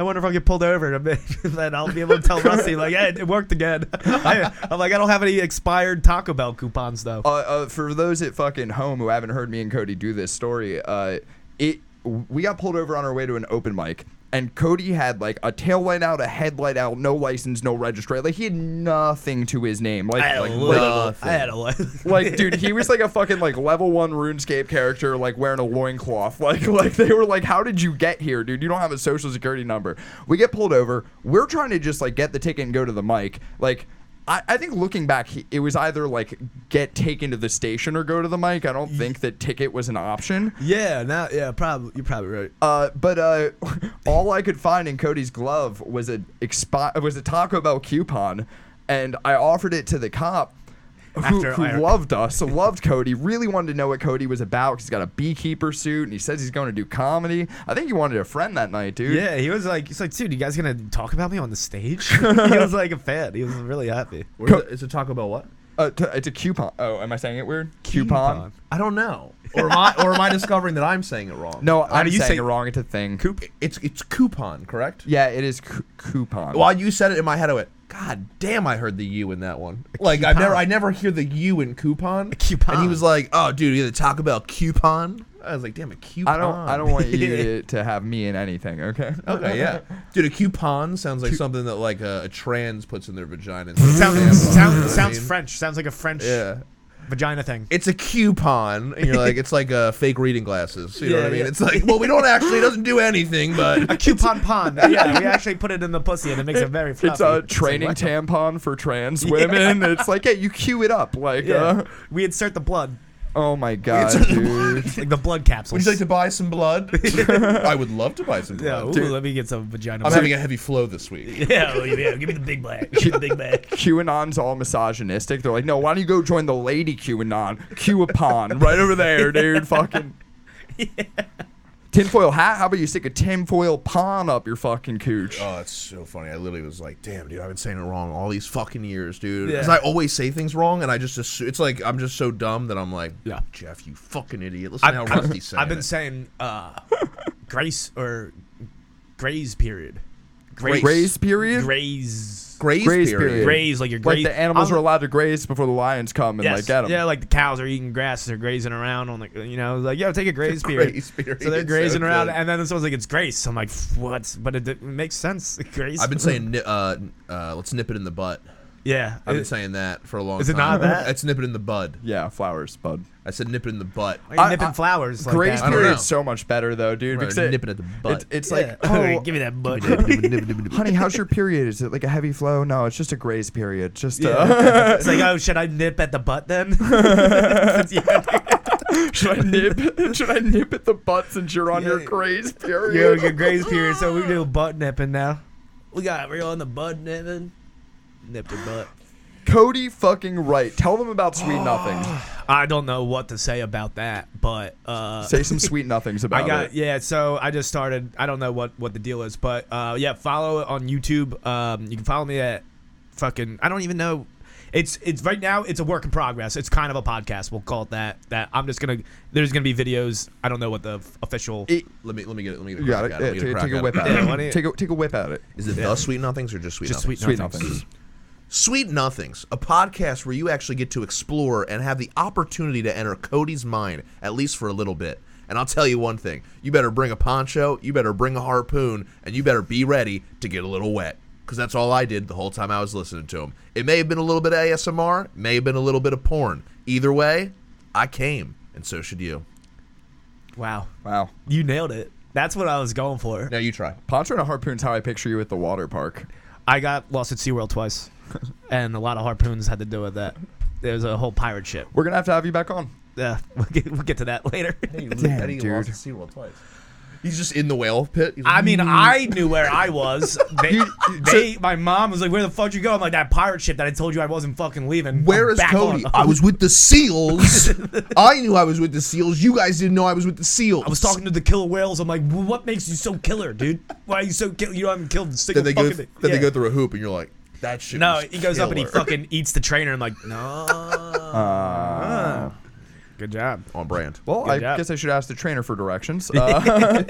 C: I wonder if I'll get pulled over, and then I'll be able to tell Rusty, like, hey, it worked again. I, am like, I don't have any expired Taco Bell coupons, though.
D: uh, uh, for those at fucking home who haven't heard me and Cody do this story, uh, it we got pulled over on our way to an open mic, and Cody had like a taillight out, a headlight out, no license, no registration. Like he had nothing to his name. Like,
C: I had a
D: like,
C: little. I had a little.
D: like dude, he was like a fucking like level one RuneScape character, like wearing a loincloth. Like like they were like, How did you get here, dude? You don't have a social security number. We get pulled over. We're trying to just like get the ticket and go to the mic. Like I, I think looking back, he, it was either like get taken to the station or go to the mic. I don't think that ticket was an option.
C: yeah, now, yeah, probably. You're probably right.
D: Uh, but uh, all I could find in Cody's glove was a expi- was a Taco Bell coupon, and I offered it to the cop, who,
C: After
D: who
C: I-
D: loved us, loved Cody, really wanted to know what Cody was about. he he's got a beekeeper suit, and he says he's going to do comedy. I think he wanted a friend that night, dude.
C: Yeah, he was like, he's like, dude, you guys gonna talk about me on the stage? he was like a fan. He was really happy.
B: Where's it- it's a Taco Bell what?
D: Uh, t- it's a coupon. Oh, am I saying it weird? Coupon.
B: I don't know. Or am I or am I discovering that I'm saying it wrong?
D: No, I'm
C: do you
D: saying
C: say-
D: it wrong. It's a thing.
C: Coop.
B: It's it's coupon, correct?
D: yeah, it is cu- coupon.
B: While you said it in my head, I went, God damn, I heard the U in that one. Like I never, I never hear the U in coupon.
C: coupon.
B: And he was like, Oh, dude, you had the Taco Bell coupon. I was like, Damn, a coupon.
D: I don't. I don't want you to, to have me in anything. Okay.
C: Oh,
B: Okay, yeah, dude, a coupon sounds like something that like a, a trans puts in their vagina.
C: Sounds sounds, sounds
B: mean?
C: French. Sounds like a French
B: yeah.
C: vagina thing.
B: It's a coupon, and you're like, it's like uh, fake reading glasses. You know
C: Yeah,
B: what I mean?
C: yeah.
B: It's like, well, we don't actually, it doesn't do anything, but
C: A coupon pond. Yeah, we actually put it in the pussy and it makes it very fluffy.
D: It's a
C: like,
D: training
C: what the-
D: tampon for trans women. It's like, yeah, you cue it up. Like,
C: Yeah.
D: uh,
C: We insert the blood,
D: oh my god, dude.
C: like the blood capsules.
B: would you like to buy some blood? I would love to buy some
C: yeah, ooh,
B: blood.
C: let me get some vagina.
B: I'm
C: blood.
B: having a heavy flow this week.
C: yeah, well, yeah, give me the big bag. Give me the big bag.
D: QAnon's all misogynistic. They're like, no, why don't you go join the lady QAnon? QApon, right over there, dude. Fucking. Tinfoil hat? How about you stick a tinfoil pawn up your fucking cooch?
B: Oh, it's so funny. I literally was like, "Damn, dude, I've been saying it wrong all these fucking years, dude." Because
C: Yeah.
B: I always say things wrong, and I just assume, it's like I'm just so dumb that I'm like,
C: Yeah.
B: Jeff, you fucking idiot. Listen to how Rusty said
C: I've been
B: it.
C: saying uh, grace or graze period.
B: Grace.
D: Grace period?
C: Graze.
B: Grace,
D: Grace
B: period.
D: period.
C: Graze like your
D: Like
C: graze.
D: the animals
C: I'm-
D: are allowed to graze before the lions come and
C: Yes.
D: like get them.
C: Yeah, like the cows are eating grass, they're grazing around on the, you know, it's like yo, take a graze period.
B: Graze period,
C: So they're
B: so
C: grazing around,
B: good.
C: and then someone's like, it's grace. I'm like, what? But it, it makes sense. Grace.
B: I've been saying, ni- uh, uh, let's nip it in the butt.
C: yeah.
B: I've been
C: it-
B: saying that for a long time.
C: Is it not that?
B: It's nip it in the bud.
D: yeah, flowers, bud.
B: I said nip it in the butt.
C: Like
D: I-
C: nipping
D: I-
C: flowers. Like
D: Grace
C: that.
B: don't
D: period
B: know.
D: is so much better though, dude.
B: Right,
D: Because it-
B: nipping at the butt.
D: It's, it's
C: Yeah.
D: like, oh,
C: give me that butt.
D: honey, how's your period? Is it like a heavy flow? No, it's just a graze period. Just uh,
C: Yeah. it's like, oh, should I nip at the butt then? yeah,
D: should I nip? Should I nip at the butt since you're on your
C: Yeah.
D: graze
C: Yo,
D: period?
C: good grace period. So we do butt nipping now. We got we're on the butt nipping. Nipped your butt.
D: Cody fucking right. Tell them about sweet nothings.
C: I don't know what to say about that, but uh,
D: Say some sweet nothings about
C: I got
D: it.
C: yeah. So I just started. I don't know what what the deal is, but uh, yeah, follow it on YouTube. Um, you can follow me at fucking. I don't even know. It's it's right now. It's a work in progress. It's kind of a podcast. We'll call it that. That I'm just gonna. There's gonna be videos. I don't know what the f- official.
D: It-
B: let me let me get it. Let me get a
D: You got
B: crack
D: it.
B: at it. Let me
D: Yeah,
B: get a
D: take,
B: crack
D: take a
B: at
D: whip
B: it.
D: at
C: Yeah, why
D: it.
C: don't you-
D: Take a take a whip at it.
B: Is it the sweet nothings or just sweet
C: Just
B: nothings?
C: Sweet
D: Sweet
C: Nothings.
D: nothings.
B: Sweet Nothings, a podcast where you actually get to explore and have the opportunity to enter Cody's mind, at least for a little bit. And I'll tell you one thing you better bring a poncho, you better bring a harpoon, and you better be ready to get a little wet. Because that's all I did the whole time I was listening to him. It may have been a little bit of ASMR, it may have been a little bit of porn. Either way, I came, and so should you.
C: wow,
D: Wow.
C: you nailed it. That's what I was going for.
B: Now you try.
D: Poncho and a harpoon's how I picture you at the water park.
C: I got lost at SeaWorld twice, and a lot of harpoons had to do with that. There was a whole pirate ship.
D: We're gonna have to have you back on.
C: Yeah, we'll get, we'll get to that later.
D: Damn, dude.
B: SeaWorld twice. He's just in the whale pit. He's like, "Mm,
C: I mean, I knew where I was. They, they, my mom was like, "Where the fuck you go?" I'm like, "That pirate ship that I told you I wasn't fucking leaving."
B: Where
C: I'm
B: is
C: back
B: Cody?
C: on."
B: I was with the seals. I knew I was with the seals. You guys didn't know I was with the seals.
C: I was talking to the killer whales. I'm like, "Well, "What makes you so killer, dude? Why are you so killer? You haven't killed a single
B: Then they go.
C: fucking
B: Then
C: thing." Yeah.
B: they go through a hoop, and you're like, That shit.
C: No,
B: was
C: he goes up and he
B: killer.
C: fucking eats the trainer. I'm like, no.
D: Uh,
C: Good job.
B: on brand.
D: well, I
C: job.
D: guess I should ask the trainer for directions. Uh,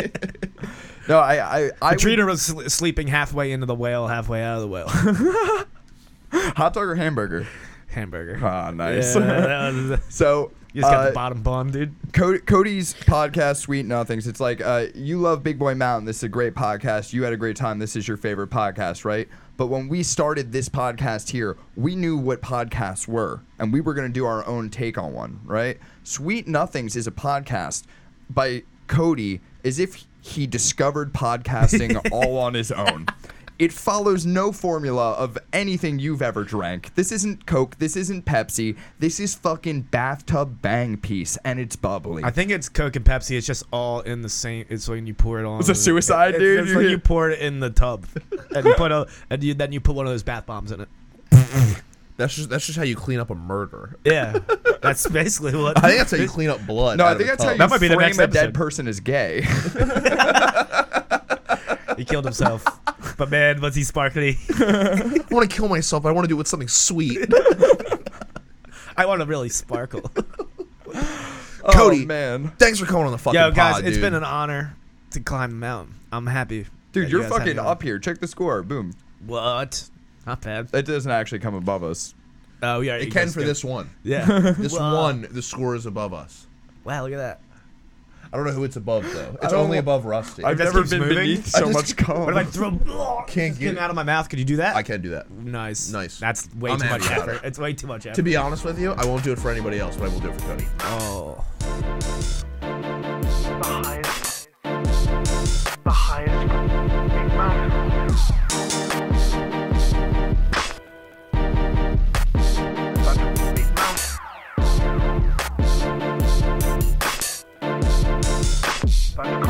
D: no, I, I, I
C: The
D: would-
C: trainer was sl- sleeping halfway into the whale, halfway out of the whale.
D: hot dog or hamburger.
C: Hamburger.
D: Ah, nice.
C: Yeah, that was-
D: So
C: you just got
D: uh,
C: the bottom bun, dude.
D: Cody, Cody's podcast, Sweet Nothings. It's like uh, you love Big Boy Mountain. This is a great podcast. You had a great time. This is your favorite podcast, right? But when we started this podcast here, we knew what podcasts were, and we were going to do our own take on one, right? Sweet Nothings is a podcast by Cody, as if he discovered podcasting all on his own. It follows no formula of anything you've ever drank. This isn't Coke. This isn't Pepsi. This is fucking bathtub bang piece, and it's bubbly.
C: I think it's Coke and Pepsi. It's just all in the same. It's when you pour it all.
D: It's a suicide, dude.
C: It's
D: You
C: like
D: get-
C: you pour it in the tub, and you put a, and you, then you put one of those bath bombs in it.
B: That's just that's just how you clean up a murder.
C: Yeah, that's basically what.
B: I think that's how you clean up blood.
D: No,
B: out
D: I
B: of
D: think
B: a
D: that's how
B: tub.
D: you
C: That might be the
D: frame
C: next
D: a
C: episode.
D: dead person as gay.
C: he killed himself. But man, was he sparkly?
B: I want to kill myself. But I want to do it with something sweet.
C: I want to really sparkle.
B: Cody,
D: oh, man,
B: thanks for coming on the fucking
C: Yo, guys,
B: pod,
C: it's
B: dude.
C: been an honor to climb the mountain. I'm happy.
D: dude,
C: that
D: you're
C: you guys had me
D: fucking
C: on.
D: up here. Check the score. Boom.
C: What? Not bad.
D: It doesn't actually come above us.
C: Oh yeah,
B: it can for this one.
C: Yeah.
B: This
C: Wow.
B: one, the score is above us.
C: Wow, look at that.
B: I don't know who it's above though.
D: I
B: It's
D: don't
B: only
D: wa-
B: above Rusty. I
C: just keeps moving.
B: I just-
D: calm.
C: What if I throw? Can't
B: get
C: getting
B: it.
C: out of my mouth. Could you do that?
B: can't do that.
C: Nice.
B: Nice.
C: That's way
B: I'm
C: too
B: happy
C: much
B: about
C: effort.
B: it.
C: It's way too much effort.
B: To be honest with you, I won't do it for anybody else, but I will do it for Cody.
C: oh.
A: The highest. The highest. Big mountain. Such a big mountain. Such a